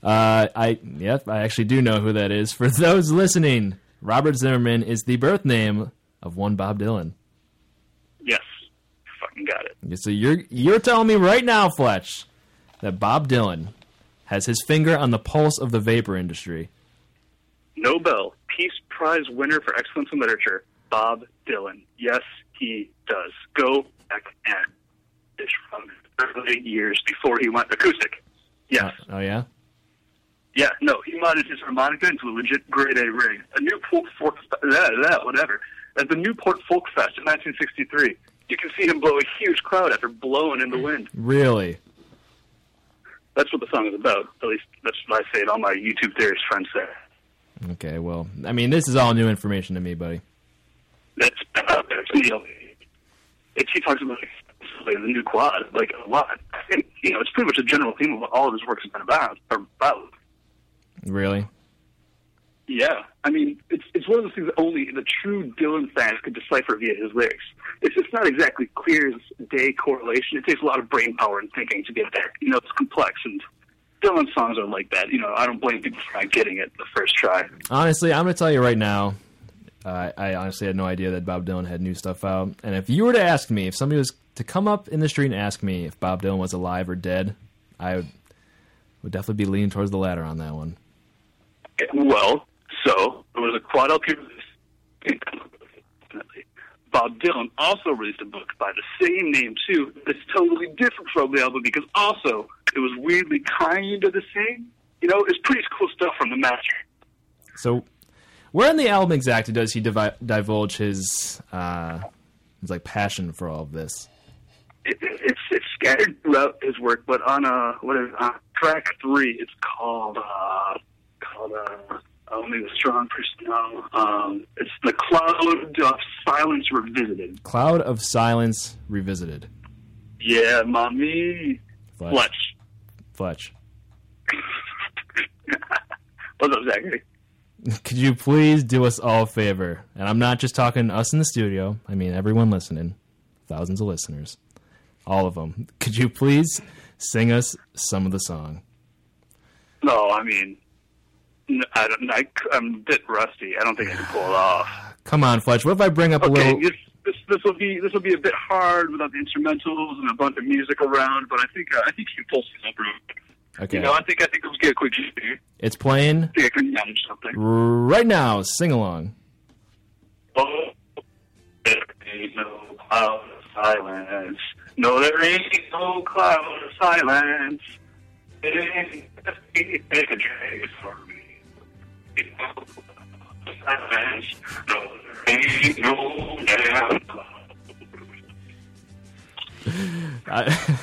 Uh, I yep, I actually do know who that is. For those listening, Robert Zimmerman is the birth name of one Bob Dylan. yes. Fucking got it. So you're you're telling me right now, Fletch, that Bob Dylan has his finger on the pulse of the vapor industry. Nobel Peace Prize winner for excellence in literature, Bob Dylan. Yes, he does. Go back and it's from early years before he went acoustic. Yes. Oh yeah. Yeah, no, he modded his harmonica into a legit grade A rig. A Newport Fork, that, that, whatever. At the Newport Folk Fest in 1963, you can see him blow a huge cloud after blowing in the wind. Really? That's what the song is about. At least that's what I say to all my YouTube theorist friends there. Okay. Well, I mean, this is all new information to me, buddy. That's that's you know, it, he talks about like, the new quad like a lot. And, you know, it's pretty much a general theme of what all of his works have been about. Or about. Really? Yeah, I mean, it's it's one of those things that only the true Dylan fans could decipher via his lyrics. It's just not exactly clear as day correlation. It takes a lot of brain power and thinking to get there. You know, it's complex and. Dylan songs are like that. You know, I don't blame people for not getting it the first try. Honestly, I'm going to tell you right now. Uh, I honestly had no idea that Bob Dylan had new stuff out. And if you were to ask me, if somebody was to come up in the street and ask me if Bob Dylan was alive or dead, I would, would definitely be leaning towards the latter on that one. Well, so it was a quad LP release. Bob Dylan also released a book by the same name too. That's totally different from the album because also it was weirdly kind of the same. You know, it's pretty cool stuff from the master. So, where in the album exactly does he divi- divulge his uh, his like passion for all of this? It, it, it's it's scattered throughout his work, but on uh what is on track three, it's called uh called uh only the strong person. No, um, it's the cloud of silence revisited. Cloud of Silence Revisited. Yeah, mommy. Fletch. Fletch. Fletch, What's up, Zachary? could you please do us all a favor? And I'm not just talking us in the studio. I mean everyone listening, thousands of listeners, all of them. Could you please sing us some of the song? No, I mean, n- I don't. I, am a bit rusty. I don't think I can pull it off. Come on, Fletch. What if I bring up a Okay, little? this this this will be this will be a bit hard without the instrumentals and a bunch of music around. But I think uh, I think you can pull something up. real quick. Okay, You know, I think I think I'll get a quick. I it's playing think I can manage something. right now. Sing along. Oh, there ain't no cloud of silence. No, there ain't no cloud of silence. It ain't take a drink for me. Silence. No, there ain't no damn cloud. I-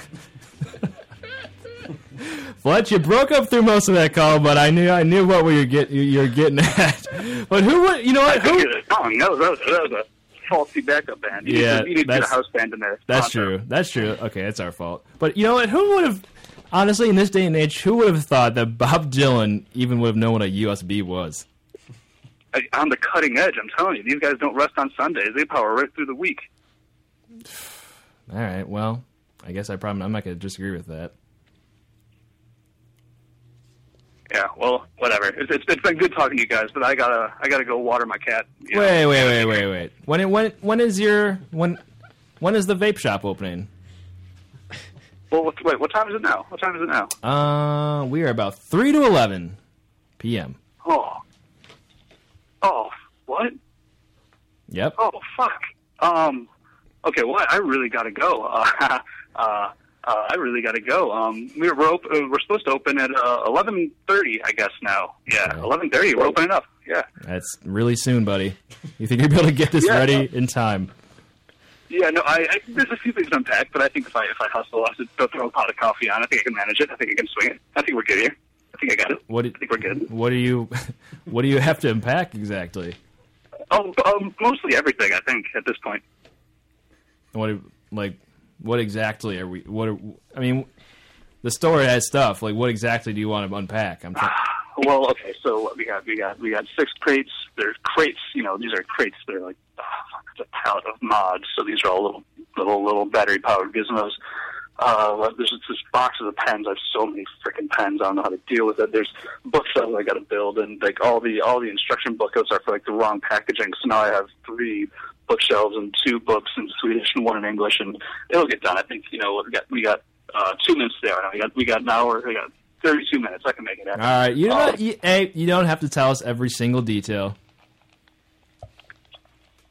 Fletch, you broke up through most of that call, but I knew I knew what we were get you, you're getting at. But who would you know what? I Who could get it wrong. That was, that was, that was faulty backup band. You Yeah, need, to- you need to get a that's- house band in there. That's true. That's true. Okay, it's our fault. But you know what? Who would have, honestly, in this day and age, who would have thought that Bob Dylan even would have known what a USB was? I, I'm the cutting edge. I'm telling you, these guys don't rest on Sundays. They power right through the week. All right. Well, I guess I probably I'm not going to disagree with that. Yeah, well, whatever. It's, it's, it's been good talking to you guys, but I gotta I gotta go water my cat. Wait, wait, wait, wait, wait. When it, when when is your when when is the vape shop opening? Well, what, wait, what time is it now? What time is it now? Uh, we are about three to eleven p.m. Oh, oh, what? Yep. Oh, fuck. Um, okay, well, I really gotta go. Uh, uh, uh, I really gotta go. Um, we're we're, op- uh, we're supposed to open at uh, eleven thirty, I guess now. Yeah, eleven thirty. We're opening up. Yeah, That's really soon, buddy. You think you'll be able to get this Yeah. ready in time? yeah. No, I, I there's a few things to unpack, but I think if I if I hustle, I should throw a pot of coffee on. I think I can manage it. I think I can swing it. I think we're good here. I think I got it. What do, I think we're good. what do you what do you have to unpack exactly? Oh, um, mostly everything, I think, at this point. What do- like what exactly are we? What are, I mean, the store has stuff. Like what exactly do you want to unpack? I'm. try- Well, okay, so what we got we got we got six crates. They're crates, you know, these are crates. They're like ah, fuck, it's a pallet of mods. So these are all little little little battery powered gizmos. Uh, what- there's this boxes of pens. I have so many freaking pens. I don't know how to deal with it. There's books that I got to build, and like all the all the instruction booklets are for like the wrong packaging. So now I have three bookshelves and two books in Swedish and one in English, and it'll get done. I think you know we got we got uh, two minutes there. We got we got an hour. We got thirty two minutes. I can make it happen. All right, you Oh. don't. You, hey, you don't have to tell us every single detail.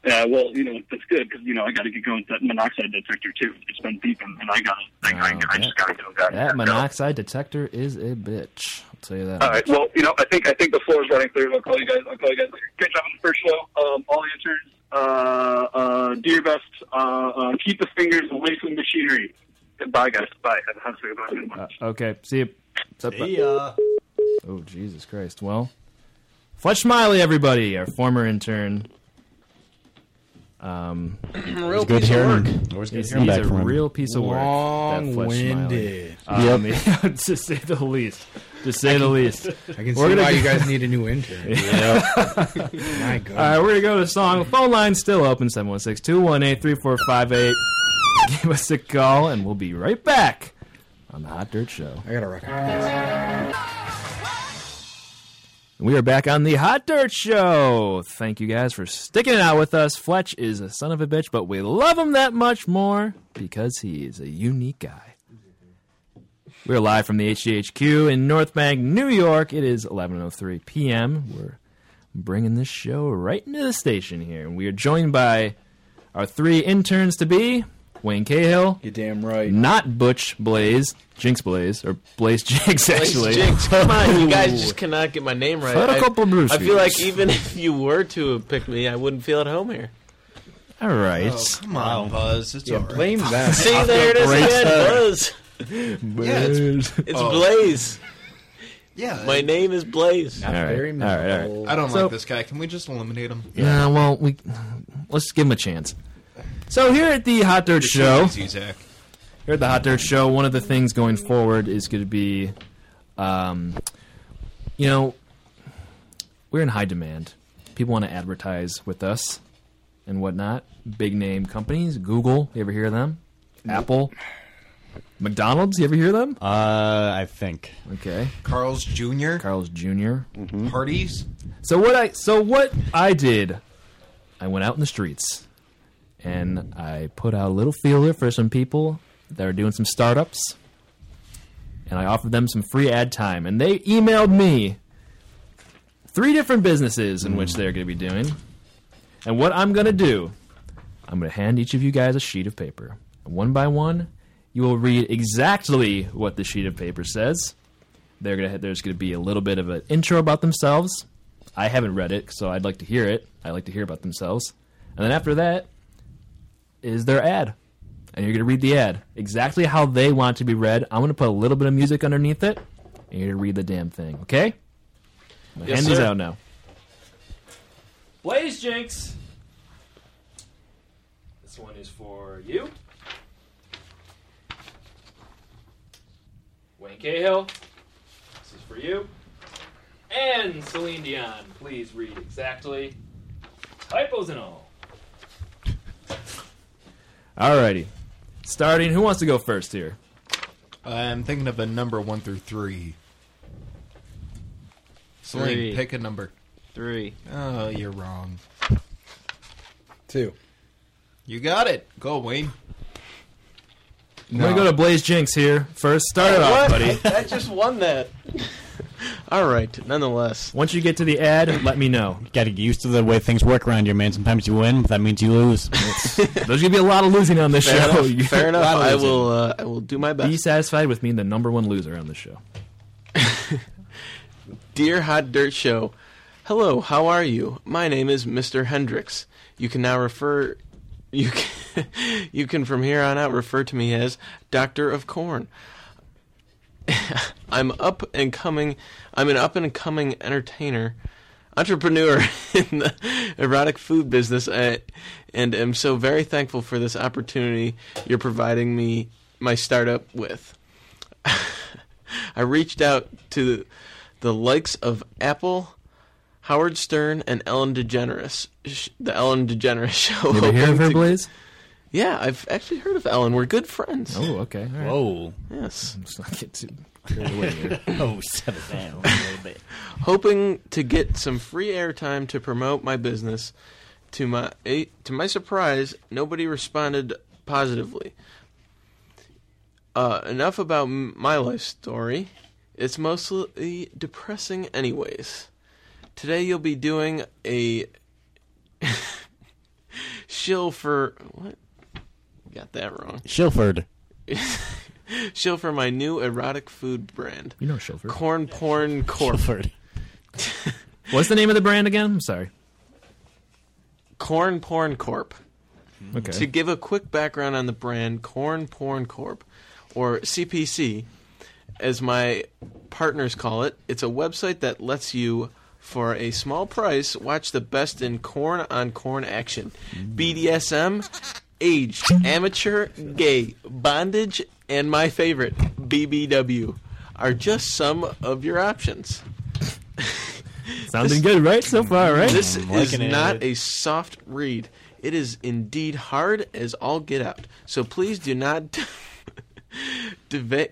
Yeah, Uh, well, you know that's good because you know I got to get going with that monoxide detector too. It's been beeping, and I got I, I, I just got to go. Got That monoxide detector is a bitch. I'll tell you that. All right. Well, you know, I think I think the floor is running clear. I'll call you guys. I'll call you guys later. Good job on the first show. Um, all the interns, uh, uh, do your best. Uh, uh, keep the fingers away from machinery. Bye, guys. Bye. Have a- have a good one. Uh, okay. See you. What's up, See bud? Oh Jesus Christ! Well, Fletch Smiley, everybody, our former intern. Um, Real good piece of hearing- work. always good He's, hearing he's back a from him. real piece of work. that Fletch Smiley. Long-winded. Um, Yep. yeah, to say the least. To say I the can- least. I can see why you guys need a new intern. My All right, we're going to go to a song. Phone line's still open 716 218 3458. Give us a call, and we'll be right back on the Hot Dirt Show. I gotta rock. We are back on the Hot Dirt Show. Thank you guys for sticking it out with us. Fletch is a son of a bitch, but we love him that much more because he is a unique guy. We're live from the HGHQ in North Bank, New York. It is 11:03 p.m. We're bringing this show right into the station here, and we are joined by our three interns to be Wayne Cahill. You damn right. Not Butch Blaze, Jinx Blaze, or Blaze Jinx actually. Jinx, come on, you guys just cannot get my name right. I, Vertical blue I feel like shoes. even if you were to have picked me, I wouldn't feel at home here. All right. Oh, come on, Buzz. It's Yeah, all right. blame them. See, there it is again, Buzz. Oh. Yeah, it's, it's Blaze. Yeah, my name is Blaze. All right, very all right, all right. memorable. I don't So- like this guy. Can we just eliminate him? Yeah, well, we let's give him a chance. So here at the Hot Dirt Show, Easy, Zach. here at the Hot Dirt Show, one of the things going forward is going to be, um, you know, we're in high demand. People want to advertise with us and whatnot. Big name companies, Google. You ever hear of them? Apple, McDonald's. You ever hear of them? Uh, I think. Mm-hmm. Okay. Carl's Jr. Carl's junior Parties. So what I so what I did, I went out in the streets, and I put out a little feeler for some people that are doing some startups, and I offered them some free ad time, and they emailed me three different businesses in which they're going to be doing, and what I'm going to do, I'm going to hand each of you guys a sheet of paper, and one by one, you will read exactly what the sheet of paper says. They're gonna there's going to be a little bit of an intro about themselves. I haven't read it, so I'd like to hear it. I like to hear about themselves. And then after that is their ad. And you're going to read the ad exactly how they want to be read. I'm going to put a little bit of music underneath it, and you're going to read the damn thing, okay? I'm gonna Yes, hand these sir. out now. Blaze Jinx. This one is for you. Wayne Cahill. This is for you. And Celine Dion. Please read exactly. Typos and all. Alrighty. Starting, who wants to go first here? I'm thinking of a number Uh, one through three. Celine, Three. pick a number. Three. Oh, you're wrong. Two. You got it. Go, Wayne. I'm gonna go to Blaze Jinx here first. Start it off, buddy. I, just won that. All right. Nonetheless, once you get to the ad, let me know. You gotta get used to the way things work around here, man. Sometimes you win, but that means you lose. There's gonna be a lot of losing on this Fair show. enough. You- Fair enough. lot of I losing. will, uh, I will do my best. Be satisfied with being the number one loser on this show. Dear Hot Dirt Show, hello, how are you? My name is Mr. Hendricks. You can now refer you can, you can from here on out refer to me as Doctor of Corn. I'm up and coming. I'm an up and coming entertainer, entrepreneur in the erotic food business, I, and am so very thankful for this opportunity you're providing me my startup with. I reached out to the likes of Apple, Howard Stern, and Ellen DeGeneres. Sh- The Ellen DeGeneres show. You ever hear of hoping her, to- Blaze? Yeah, I've actually heard of Ellen. We're good friends. Oh, okay. all right. Yes. Let's not get too carried away here. Oh, settle down a little bit. Hoping to get some free airtime to promote my business. To my eh, to my surprise, nobody responded positively. Uh, enough about m- my life story. It's mostly depressing, anyways. Today you'll be doing a shill for what? Got that wrong. Shilford. Shill for my new erotic food brand. You know Shilford. Corn Porn Corp. What's the name of the brand again? I'm sorry. Corn Porn Corp. Okay. To give a quick background on the brand, Corn Porn Corp, or CPC, as my partners call it, it's a website that lets you, for a small price, watch the best in corn on corn action. Hmm. BDSM, age, amateur, gay, bondage, and my favorite, BBW, are just some of your options. Sounding good, right? So far, right? This is not a soft read. It is indeed hard as all get out. So please do not deva-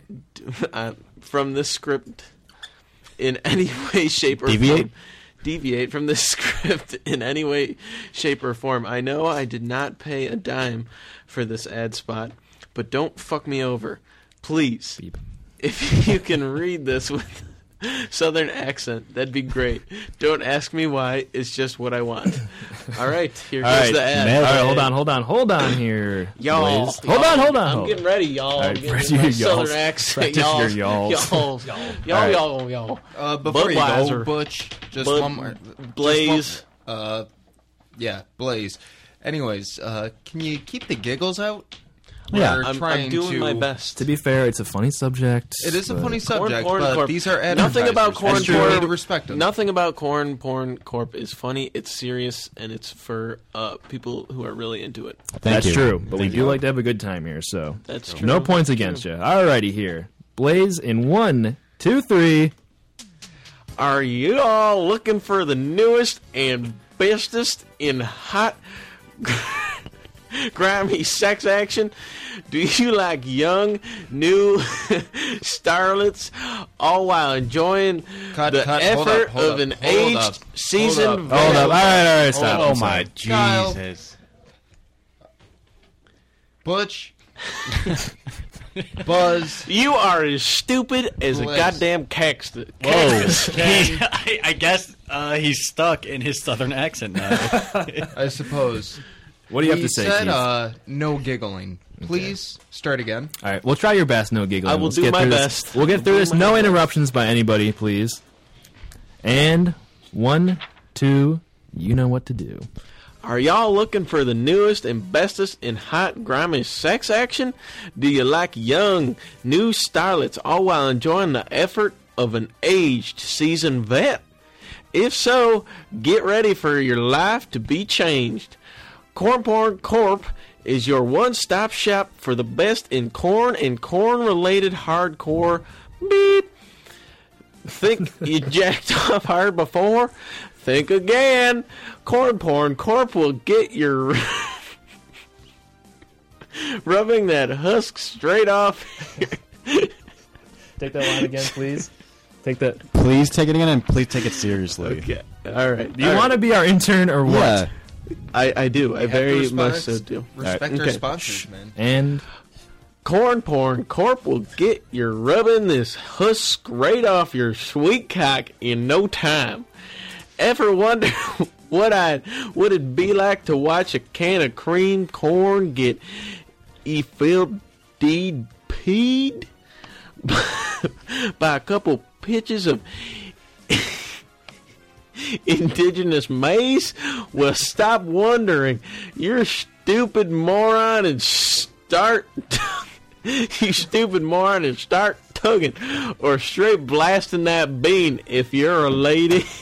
uh, from this script in any way, shape, or Deviate? form. Deviate from this script in any way, shape, or form. I know I did not pay a dime for this ad spot, but don't fuck me over. Please. If you can read this with southern accent, that'd be great. Don't ask me why. It's just what I want. All right, here All goes right, the ad. All right, hold on, hold on, hold on here. Y'all, Blaze. Hold on, hold on. I'm hold getting on. ready, y'all. All I'm right, getting press my your southern y'alls. accent, Practice y'all. your y'alls. Y'all, y'all, All right. y'all, y'all. Uh, before you Budweiser. go, Butch, just Bud- one more. Blaze. just one- uh, yeah, Blaze. Anyways, uh, can you keep the giggles out? We're I'm, trying I'm doing to- my best. To be fair, it's a funny subject. It is a but- funny subject, Corn but Corp. these are advertisers. nothing about corn and you need porn. to respect them. Nothing about corn porn corp is funny. It's serious and it's for uh, people who are really into it. That's true, but we do like to have a good time here, so That's No true. points against you. Alrighty, here, Blaze in one, two, three. Are you all looking for the newest and bestest in hot, grimy sex action? Do you like young, new starlets, all while enjoying the cut, effort hold up, hold of up, an hold aged, up, hold seasoned? up, Hold up, all right, all right, stop. Oh, I'm my sorry. Kyle. Butch. Buzz. You are as stupid as a Blaze. goddamn cactus. cactus. Okay. I, I guess uh, he's stuck in his southern accent now. I suppose. What do you We have to say, Said, Keith? uh, no giggling. Please start again. All right, we'll try your best. No giggling. I will Let's do get my through this. best. We'll get through this. No interruptions by anybody, please. And one, two. You know what to do. Are y'all looking for the newest and bestest in hot, grimy sex action? Do you like young, new starlets all while enjoying the effort of an aged, seasoned vet? If so, get ready for your life to be changed. Corn Porn Corp is your one stop shop for the best in corn and corn related hardcore. Beep. Think you jacked off hard before? Think again. Corn Porn Corp will get your. rubbing that husk straight off. Take that line again, please. Take that. Please take it again and please take it seriously. Okay. All right. Do you want to be our intern or what? Yeah. I, I do. I have to very respect- much so do. respect Alright, our sponsors, Shh. man. And Corn Porn Corp will get your rubbing this husk right off your sweet cock in no time. Ever wonder what I would it be like to watch a can of cream corn get e filled would by a couple pitches of indigenous maize? Well, stop wondering. You're a stupid moron and start. you stupid moron and start tugging or straight blasting that bean if you're a lady.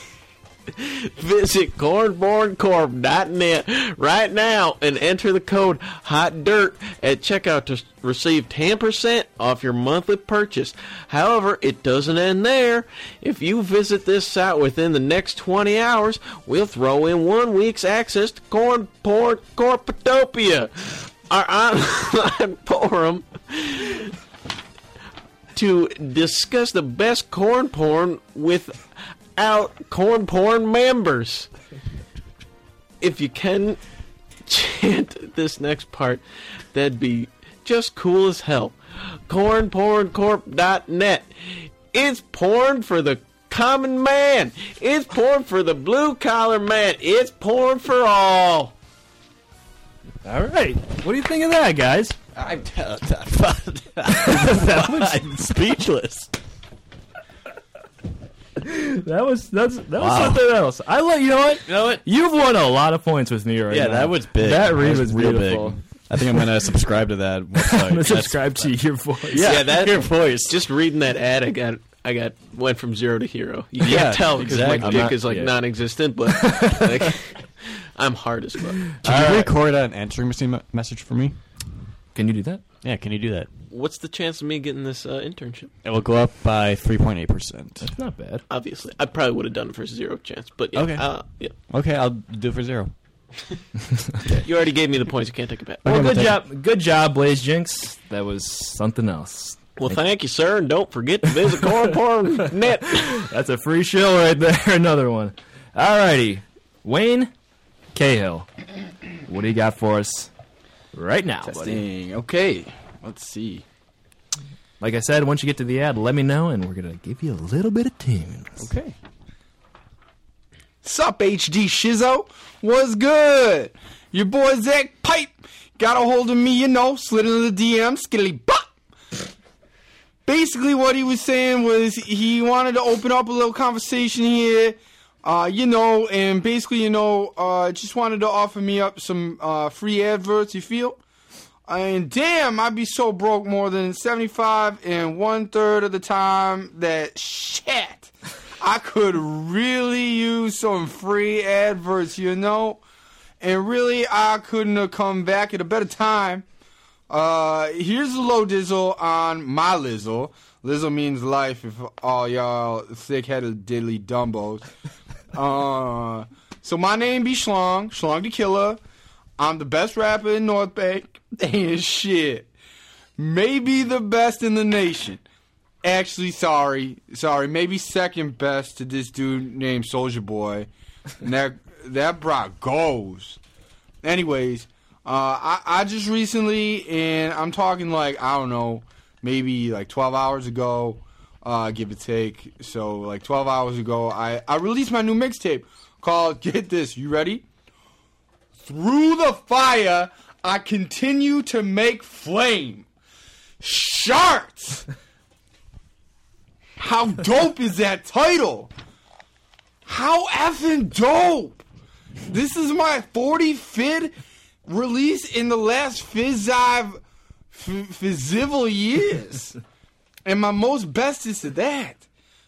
Visit cornborncorp.net right now and enter the code Hot Dirt at checkout to receive 10% off your monthly purchase. However, it doesn't end there. If you visit this site within the next 20 hours, we'll throw in one week's access to Corn Porn Corpatopia, our online forum to discuss the best corn porn without corn porn members. If you can chant this next part, that'd be just cool as hell. Cornporncorp.net. It's porn for the common man. It's porn for the blue collar man. It's porn for all. All right. What do you think of that, guys? I'm that was, I'm speechless. That was that's that was Wow. something else. I let you know what you know what you've won a lot of points with me right yeah, now. that was big. That read was, real beautiful. big. I think I'm gonna subscribe to that. Website. I'm gonna That's- subscribe to your voice. Yeah, that your voice. Just reading that ad, I got, I got went from zero to hero. You can't Yeah, tell because my exactly. dick I'm not- is like yeah. non-existent, but like, I'm hard as fuck. Can you record an answering machine me- message for me? Can you do that? Yeah, can you do that? What's the chance of me getting this uh, internship? It will go up by 3.8 percent. Not bad. Obviously, I probably would have done it for zero chance, but yeah, Okay. uh, yeah. Okay, I'll do it for zero. You already gave me the points. You can't take it back. Well, good job, good job, Blaze Jinx. That was something else. Well, thank you, sir, and don't forget to visit cornporn.net. That's a free shill right there. Another one. All righty, Wayne Cahill. What do you got for us right now, buddy? Testing. Okay, let's see. Like I said, once you get to the ad, let me know, and we're gonna give you a little bit of tunes. Okay. Sup, HD Shizzo? What's good? Your boy Zach Pipe got a hold of me, you know, slid into the DM, skiddly bop. Basically, what he was saying was he wanted to open up a little conversation here, uh, you know, and basically, you know, uh, just wanted to offer me up some uh, free adverts, you feel? And damn, I'd be so broke more than 75 and one third of the time that shit. I could really use some free adverts, you know? And really, I couldn't have come back at a better time. Uh, here's the low dizzle on my lizzle. Lizzle means life if all y'all thick headed diddly dumbos. uh, so my name be Schlong, Schlong the Killer. I'm the best rapper in North Bank, and shit, maybe the best in the nation. Actually, sorry, sorry, maybe second best to this dude named Soldier Boy. And that that brought goals. Anyways, uh, I I just recently, and I'm talking like I don't know, maybe like 12 hours ago, uh, give or take. So like 12 hours ago, I I released my new mixtape called Get This. You ready? through the fire, I continue to make flame. Sharks! How dope is that title? How effing dope! This is my 45th release in the last fizzive f- fizzival years. and my most best is to that.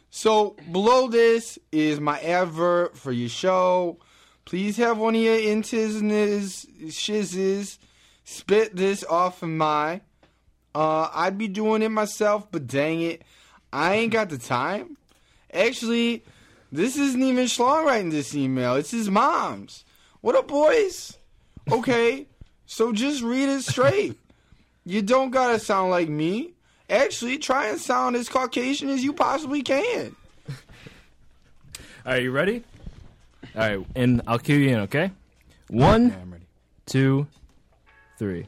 So below this is my advert for your show. Please have one of your intis and his shizzes Spit this off of my. Uh, I'd be doing it myself, but dang it, I ain't got the time. Actually, this isn't even Schlong writing this email. It's his mom's. What up, boys? Okay, so just read it straight. You don't gotta sound like me. Actually, try and sound as Caucasian as you possibly can. All right, you ready? All right, and I'll cue you in, okay? One, two, three.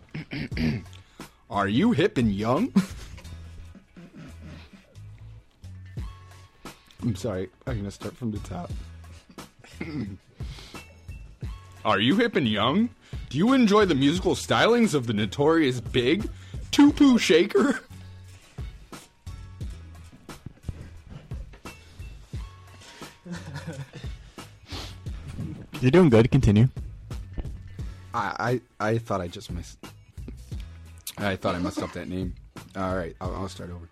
Are you hip and young? I'm sorry. I'm gonna start from the top. Are you hip and young? Do you enjoy the musical stylings of the notorious Big, Tupu Shaker? You're doing good. Continue. I, I I thought I just missed. I thought I messed up that name. All right, I'll, I'll start over.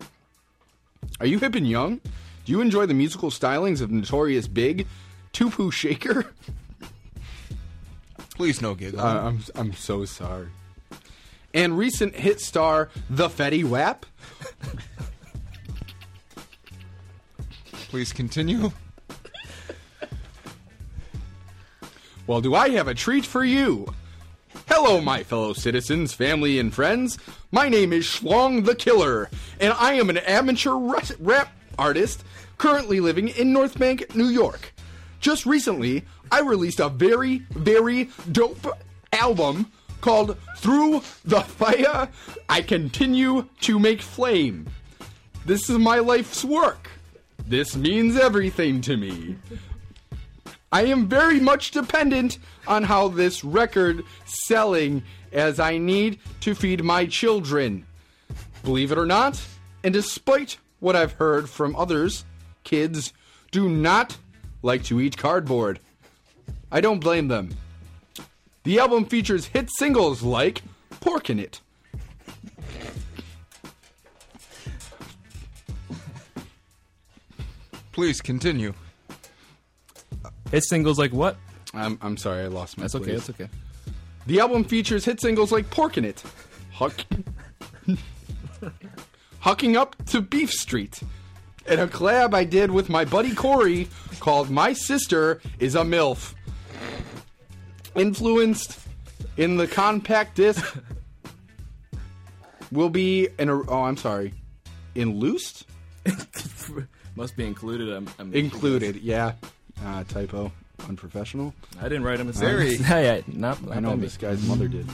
Are you hip and young? Do you enjoy the musical stylings of Notorious Big, Tupu Shaker? Please no giggle. Uh, I'm I'm so sorry. And recent hit star The Fetty Wap. Please continue. Well, do I have a treat for you? Hello, my fellow citizens, family, and friends. My name is Schlong the Killer, and I am an amateur ra- rap artist currently living in North Bank, New York. Just recently, I released a very, very dope album called Through the Fire I Continue to Make Flame. This is my life's work. This means everything to me. I am very much dependent on how this record selling as I need to feed my children. Believe it or not, and despite what I've heard from others, kids do not like to eat cardboard. I don't blame them. The album features hit singles like Pork in It, Please continue. Hit singles like what? I'm, I'm sorry, I lost my That's okay, place. that's okay. The album features hit singles like Pork in It, Huck, Hucking Up to Beef Street, and a collab I did with my buddy Corey called My Sister is a MILF. Influenced in the compact disc will be in a. Oh, I'm sorry. In Loosed? Must be included. I'm, I'm Included, yeah. Uh, typo. Unprofessional. I didn't write him a Very- sentence. Hey, I- not- I know not me. this guy's mother did.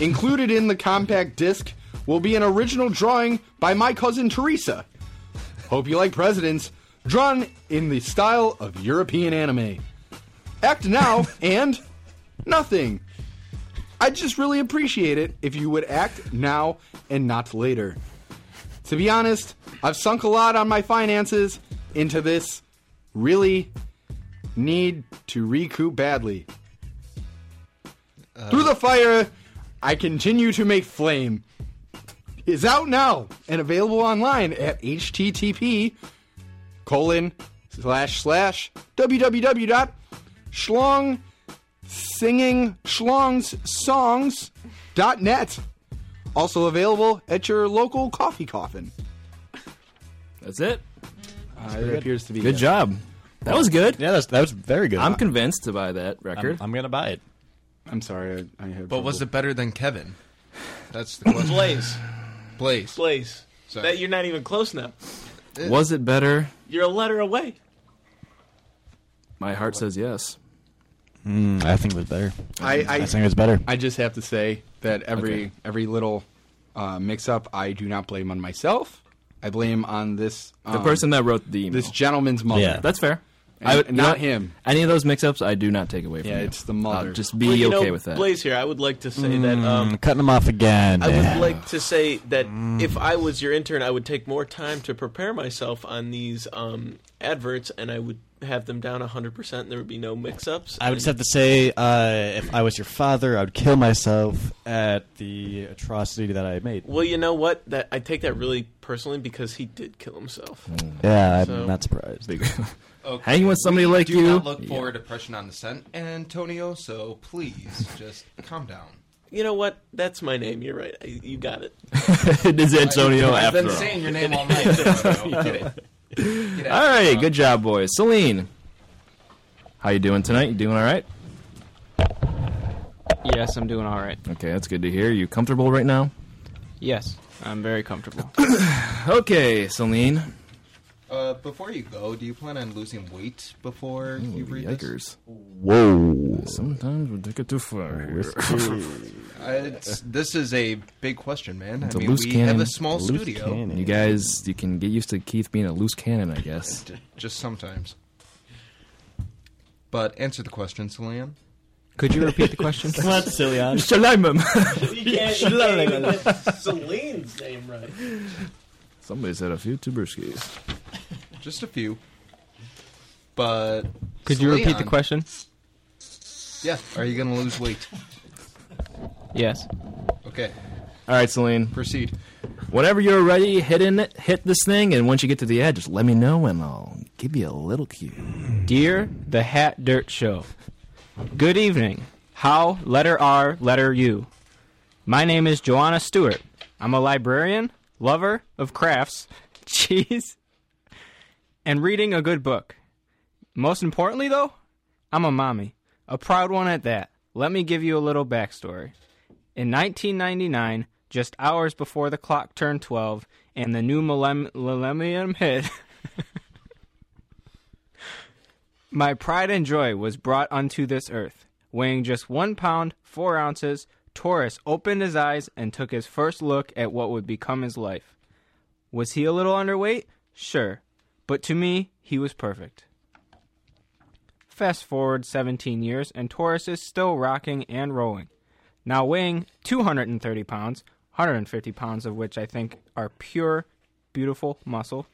Included in the compact disc will be an original drawing by my cousin Teresa. Hope you like presidents, drawn in the style of European anime. Act now and nothing. I'd just really appreciate it if you would act now and not later. To be honest, I've sunk a lot on my finances into this. Really need to recoup badly. Through the fire, I continue to make flame. Is out now and available online at http colon slash slash www dot schlong singing schlongs songs dot net. Also available at your local coffee coffin. That's it. Uh, it appears to be Good it. job. That was good. Yeah, that's, that was very good. I'm convinced to buy that record. I'm, gonna buy it. I'm sorry. I, I have But was it better than Kevin? That's the question. Blaze. Blaze. Blaze. Sorry. That you're not even close now. Was it better? You're a letter away. My heart says yes. Mm, I think it was better. I, I, think it was better. I just have to say that every Okay. every little uh, mix up, I do not blame on myself. I blame on this The um, person that wrote the email. this gentleman's mother. Yeah, that's fair. And- I would- and you know not what? him. Any of those mix-ups, I do not take away from Yeah, you. it's the mother. I'll just be Well, you okay know, with that. Blaze here, I would like to say that um, Mm, cutting him off again. I Yeah. would like to say that if I was your intern, I would take more time to prepare myself on these um, adverts, and I would have them down 100%, and there would be no mix-ups. I would just have to say, uh, if I was your father, I would kill myself at the atrocity that I made. Well, you know what? That I take that really personally because he did kill himself. Yeah, I'm So- not surprised. Okay. Hanging with somebody we like do you- not look Yeah. for depression on the scent, Antonio. So please just calm down. You know what? That's my name. You're right. I, you got it. it is Antonio I've after been all. saying your name all night, so get it. Get all out. right, good job, boys. Celine, how you doing tonight? You doing all right? Yes, I'm doing all right. Okay, that's good to hear. You comfortable right now? Yes, I'm very comfortable. Okay, Celine. Uh, before you go, do you plan on losing weight before you read Yikers. Whoa. Sometimes we take it too far. here. this? Uh, it's, this is a big question, man. It's I a mean, loose we cannon. have a small It's a loose studio. cannon. You guys, you can get used to Keith being a loose cannon, I guess. Just sometimes. But answer the question, Celine. Could you repeat the question? What, Cillian? Celine's name right. Somebody's had a few tuberskis. Just a few. But Could you repeat the Celine, question? Yeah. Are you going to lose weight? Yes. Okay. All right, Celine. Proceed. Whenever you're ready, hit in it, hit this thing, and once you get to the edge, just let me know, and I'll give you a little cue. Dear the Hat Dirt Show, good evening. How, letter R, letter U. My name is Joanna Stewart. I'm a librarian, lover of crafts, cheese, and reading a good book. Most importantly, though, I'm a mommy, a proud one at that. Let me give you a little backstory. In 1999, just hours before the clock turned 12 and the new millem- millennium hit, My pride and joy was brought unto this earth. Weighing just one pound, four ounces, Taurus opened his eyes and took his first look at what would become his life. Was he a little underweight? Sure. But to me, he was perfect. Fast forward 17 years, and Taurus is still rocking and rolling. Now weighing 230 pounds, 150 pounds of which I think are pure, beautiful muscle,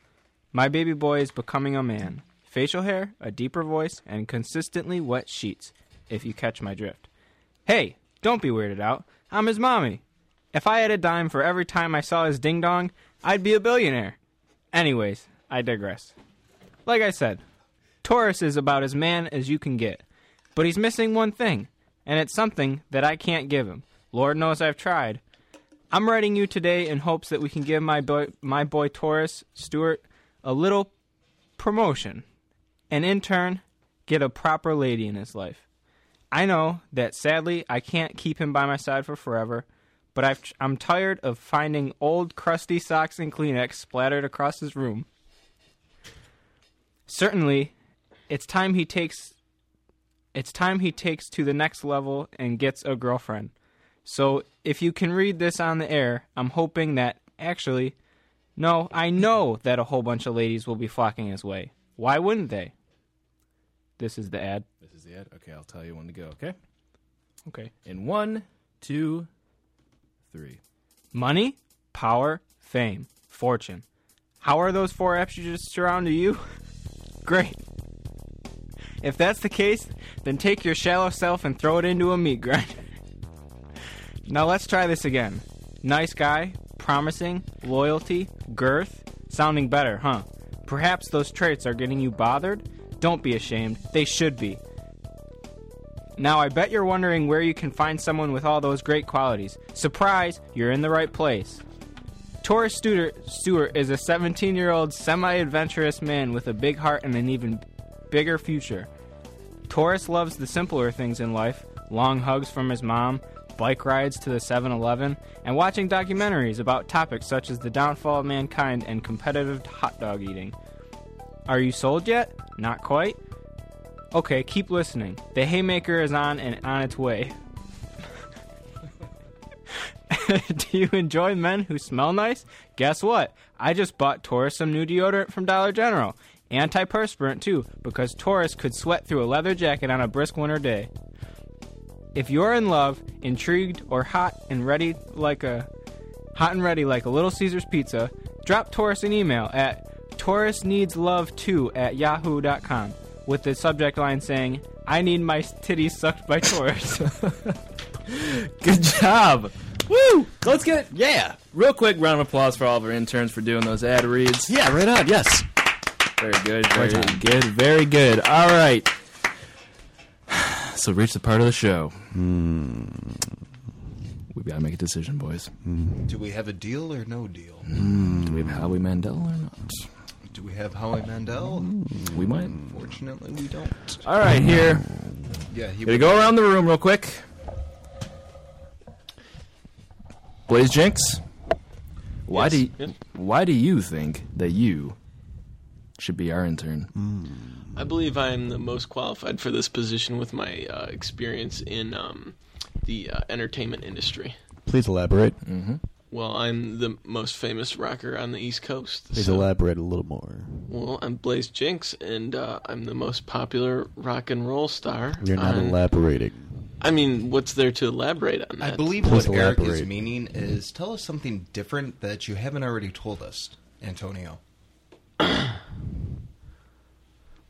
my baby boy is becoming a man. Facial hair, a deeper voice, and consistently wet sheets, if you catch my drift. Hey, don't be weirded out. I'm his mommy. If I had a dime for every time I saw his ding dong, I'd be a billionaire. Anyways, I digress. Like I said, Taurus is about as man as you can get. But he's missing one thing, and it's something that I can't give him. Lord knows I've tried. I'm writing you today in hopes that we can give my boy, my boy Taurus Stewart a little promotion, and in turn, get a proper lady in his life. I know that sadly I can't keep him by my side for forever, but I've, I'm tired of finding old crusty socks and Kleenex splattered across his room. Certainly, it's time he takes it's time he takes to the next level and gets a girlfriend. So if you can read this on the air, I'm hoping that actually, no, I know that a whole bunch of ladies will be flocking his way. Why wouldn't they? This is the ad. This is the ad. Okay, I'll tell you when to go, okay? Okay. In one, two, three. Money, power, fame, fortune. How are those four apps you just surrounded you? Great. If that's the case, then take your shallow self and throw it into a meat grinder. now let's try this again. Nice guy, promising, loyalty, girth, sounding better, huh? Perhaps those traits are getting you bothered? Don't be ashamed, they should be. Now, I bet you're wondering where you can find someone with all those great qualities. Surprise, you're in the right place. Taurus Stewart, Stewart is a 17 year old semi adventurous man with a big heart and an even bigger future. Taurus loves the simpler things in life long hugs from his mom, bike rides to the 7 Eleven, and watching documentaries about topics such as the downfall of mankind and competitive hot dog eating. Are you sold yet? Not quite? Okay, keep listening. The haymaker is on and on its way. Do you enjoy men who smell nice? Guess what? I just bought Taurus some new deodorant from Dollar General. Antiperspirant, too, because Taurus could sweat through a leather jacket on a brisk winter day. If you're in love, intrigued, or hot and ready like a hot and ready like a Little Caesars pizza, drop Taurus an email at taurusneedslove2 at yahoo.com with the subject line saying, I need my titties sucked by Taurus. Good job. Woo! Let's get yeah. Real quick round of applause for all of our interns for doing those ad reads. Yeah, right on. Yes. Very good. Well Very done. good. Very good. All right. So reach the part of the show We've got to Hmm. make a decision, boys. Hmm. Do we have a deal or no deal? Do we have Howie Mandel or not? Do we have Howie Mandel? Hmm. We might. Fortunately, we don't. All right, here. Yeah, he Gonna go around the room real quick. Blaze Jinx, why do Yes. why do you think that you should be our intern? I believe I am the most qualified for this position with my uh, experience in um, the uh, entertainment industry. Please elaborate. Mm-hmm. Well, I'm the most famous rocker on the East Coast. Please so- elaborate a little more. Well, I'm Blaze Jinx, and uh, I'm the most popular rock and roll star. You're not on- elaborating. I mean, what's there to elaborate on that? I believe Please what Eric is elaborate. meaning is tell us something different that you haven't already told us, Antonio.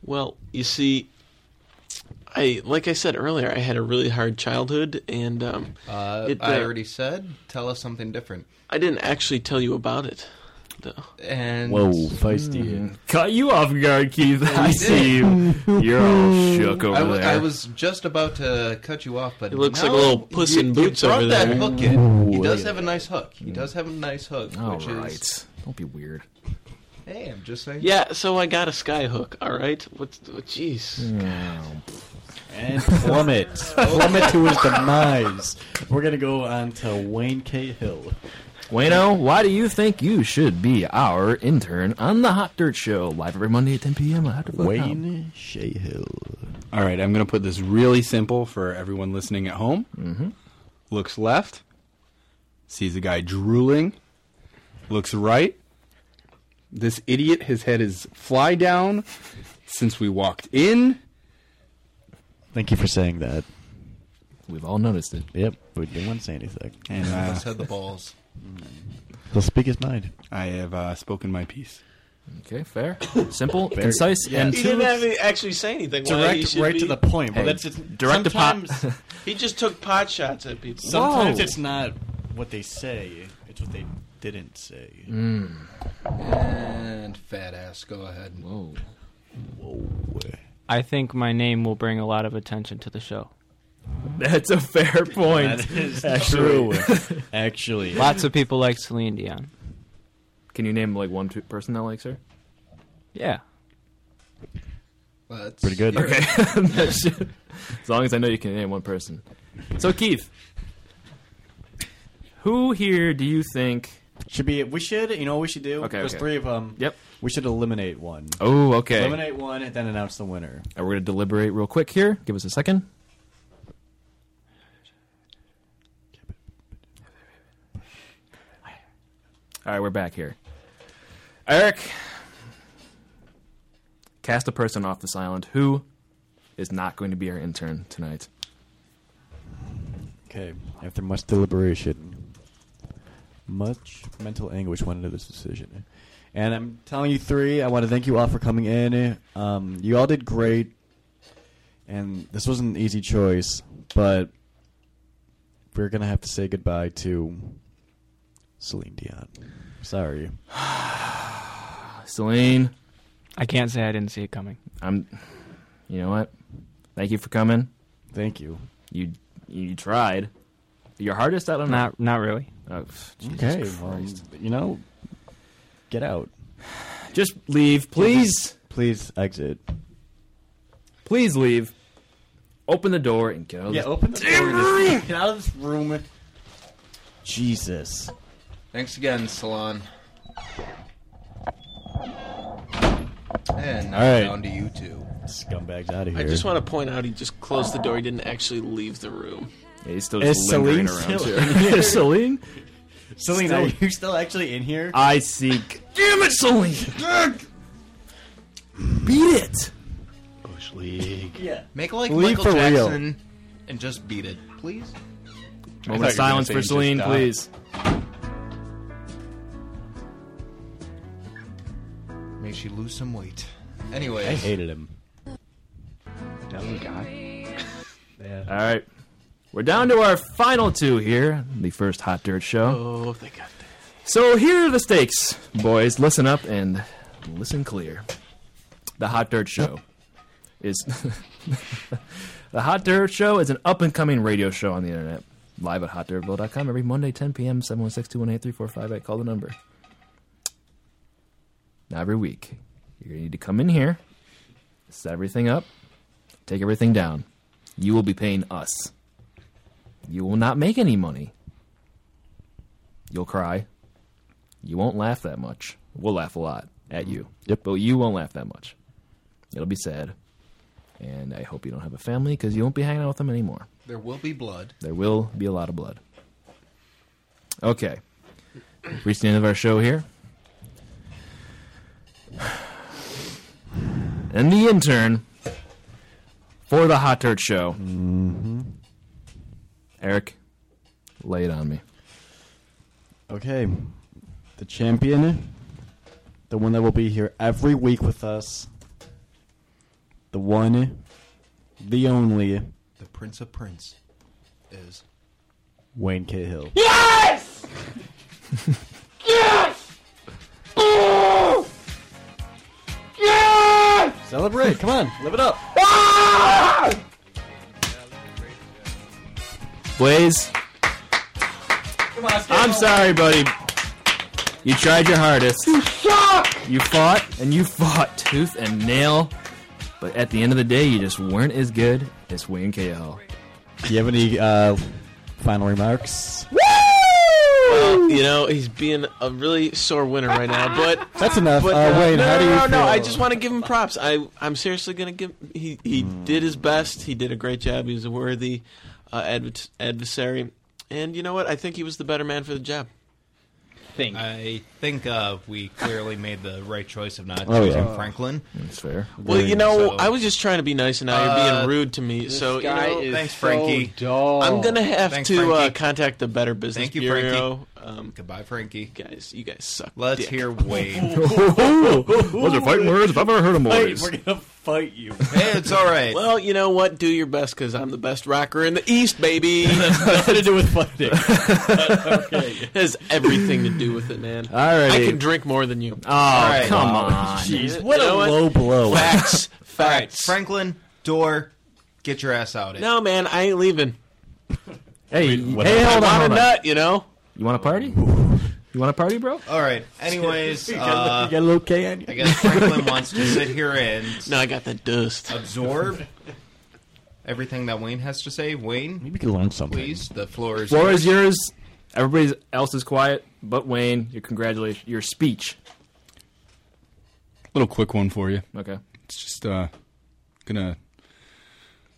Well, you see, I like I said earlier, I had a really hard childhood, and um, Uh, it, I uh, already said tell us something different. I didn't actually tell you about it. Though. And Caught you off guard, Keith. I did. see you. You're all shook over I wa- there. I was just about to cut you off, but He looks like a now little puss you- in you boots brought over that there. hook in. He Ooh, does look at have a nice hook. He does have a nice hook. All which right. Is, Don't be weird. hey, I'm just saying. Yeah, so I got a skyhook. All right, what's what? Jeez. And plummet. plummet to his demise. We're going to go on to Wayne K. Hill. Wayno, why do you think you should be our intern on the Hot Dirt Show live every Monday at 10 p.m. on HotDirt.com? Shahill. All right, I'm going to put this really simple for everyone listening at home. Mm-hmm. Looks left, sees a guy drooling, looks right. This idiot has had his fly down since we walked in. Thank you for saying that. We've all noticed it. Yep, but you wouldn't say anything. And I uh, just had the balls. He'll speak his mind. I have uh, spoken my piece. Okay, fair. Simple, concise, yeah. and He two- didn't have any- actually say anything. why Direct he should right to be- the point, bro. That's just- Direct to pot- sometimes he just took pot shots at people. Sometimes it's not what they say, it's what they didn't say. And fat ass, go ahead. Whoa. I think my name will bring a lot of attention to the show. That's a fair point. That is Actually. true. Actually. Lots of people like Celine Dion. Can you name like one two person that likes her? Yeah. But Pretty good. you're- Okay. That should- as long as I know you can name one person. So Keith, who here do you think should be? We should. You know what we should do? Okay, There's okay. three of them. Yep. We should eliminate one. Oh, okay. Eliminate one and then announce the winner. And Uh, we're gonna deliberate real quick here. Give us a second. All right, we're back here. Eric, cast a person off this island who is not going to be our intern tonight. Okay. After much deliberation, much mental anguish went into this decision. And I'm telling you three, I want to thank you all for coming in. Um, you all did great. And this wasn't an easy choice, but we're going to have to say goodbye to Celine Dion. Sorry. Celine. I can't say I didn't see it coming. I'm. You know what? Thank you for coming. Thank you. You you tried. Your hardest? I don't know. Not not really. Oh, pff, Jesus Okay, well, Christ. you know, get out. Just leave, please. Please exit. Please leave. Open the door and get out of Yeah, this open the damn door. room. Get out of this room. Jesus. Thanks again, Salon. And now All right. down to you two. Scumbags out of I here. just want to point out he just closed the door. He didn't actually leave the room. Yeah, he's still Is just lingering Celine around still here. in here? Celine? Celine, Still- are you still actually in here? I seek. Damn it, Celine! Beat it! Bush League. Yeah. Make like League Michael for real. Jackson and just beat it, please. uh, Moment of silence for Celine, please. May she lose some weight. Anyway, I hated him. That was a guy. All right. We're down to our final two here, the first Hot Dirt Show. Oh, they got So here are the stakes, boys. Listen up and listen clear. The Hot Dirt Show is the Hot Dirt Show is an up and coming radio show on the internet. live at hotdirtbill.com every Monday, 10 p.m., 716-218-3458. Call the number. Now, every week, you're going to need to come in here, set everything up, take everything down. You will be paying us. You will not make any money. You'll cry. You won't laugh that much. We'll laugh a lot at you. Yep. But you won't laugh that much. It'll be sad. And I hope you don't have a family because you won't be hanging out with them anymore. There will be blood. There will be a lot of blood. Okay. Reached the end of our show here. And the intern for the Hot Dirt Show. Mm-hmm. Eric, lay it on me. Okay. The champion, the one that will be here every week with us, the one, the only, The Prince of Prince is. Wayne K. Hill. Yes! Yes! Boo! Yes! Celebrate. Come on. Live it up. Ah! Blaze, I'm sorry, buddy. You tried your hardest. You suck! You fought and you fought tooth and nail, but at the end of the day, you just weren't as good as Wayne KL. Do you have any uh, final remarks? Well, you know, he's being a really sore winner right now, but That's enough. But, Uh, uh, Wayne, no, how no, do no, you no, no, I feel? just want to give him props. I I'm seriously gonna give he he did his best. He did a great job. He was a worthy uh, adv- adversary, and you know what? I think he was the better man for the job. Think. I think uh, we clearly made the right choice of not Oh, choosing yeah. Franklin. That's fair. Well, you know, I was just trying to be nice, and now you're Uh, being rude to me. this So you guy know, is Thanks, Frankie. so dull. I'm gonna have Thanks, to uh, Frankie. contact the Better Business Thank you, Frankie. Bureau. Um, Goodbye, Frankie. Guys, you guys suck. Let's dick. hear Wayne. Those are fighting words if I've ever heard them. Wait, boys. we're gonna fight you. Hey, it's all right. Well, you know what? Do your best because I'm the best rocker in the East, baby. Nothing to do with fighting. okay, it has everything to do with it, man. All right, I can drink more than you. Oh, come on. Jeez, what You know a low blow. Facts, facts. All right, Franklin, door, get your ass out. No, man, I ain't leaving. Hey, what hey, hold happened? I on, want hold a on. nut, you know? You want to party? You want to party, bro? All right. Anyways, You got a- uh, you got a little K on you? I guess Franklin wants to sit here and no, I got the dust. Absorb everything that Wayne has to say. Wayne, maybe we can learn something. Please, the floor is Floor yours. is yours. Everybody else is quiet, but Wayne, your congratulations, your speech. little quick one for you. Okay. It's just uh, gonna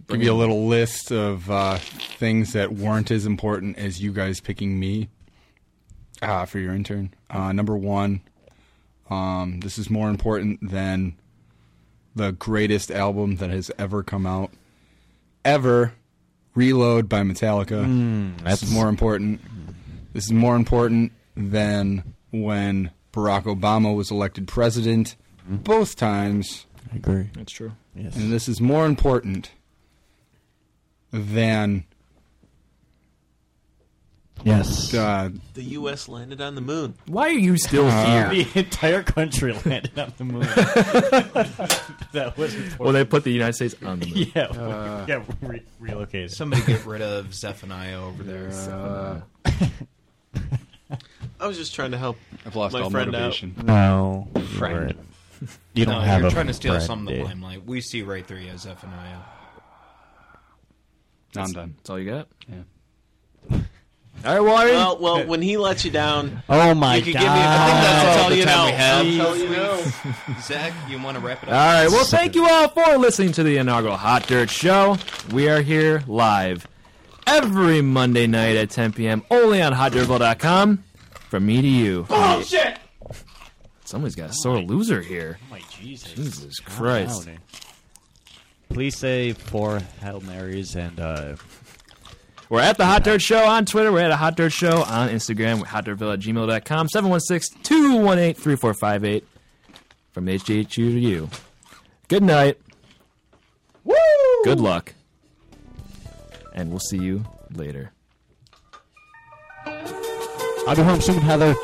Bring give you a it. little list of uh, things that weren't as important as you guys picking me uh, for your intern. Uh, number one, um, this is more important than the greatest album that has ever come out, ever. Reload by Metallica. Mm, that's this is more important. This is more important than when Barack Obama was elected president both times. I agree. That's true. Yes. And this is more important than Yes. Uh, The U.S. landed on the moon. Why are you still Ah. here? The entire country landed on the moon. that was important. Well, they put the United States on the moon. yeah, Uh, we- yeah, we re- relocated. Somebody get rid of Zephaniah over there. I was just trying to help I've lost my all friend motivation. out. No. Friend. You don't no, have you're a trying to steal friend, some of the dude. limelight. We see right through you, Zephaniah. Now I'm done. That's all you got? Yeah. All right, well, I- Well, well, when he lets you down, Oh my you could Give me a, God. that's all the you time know. we have. I'll tell you know. Zach, you want to wrap it All up? right. Well, thank you all for listening to the inaugural Hot Dirt Show. We are here live every Monday night at 10 p.m. only on HotDirtBall.com. From me to you. Oh. Oh, Bullshit! Somebody's got a sore loser here. Oh my Jesus. Jesus Christ. down. eh? Please say four Hail Marys and uh, We're at the Hot Dirt Show on Twitter. We're at a Hot Dirt Show on Instagram. We're hotdirtville at gmail.com. 716 218 3458. From HGHU to you. Good night. Woo! Good luck. And we'll see you later. I'll be home soon, Heather.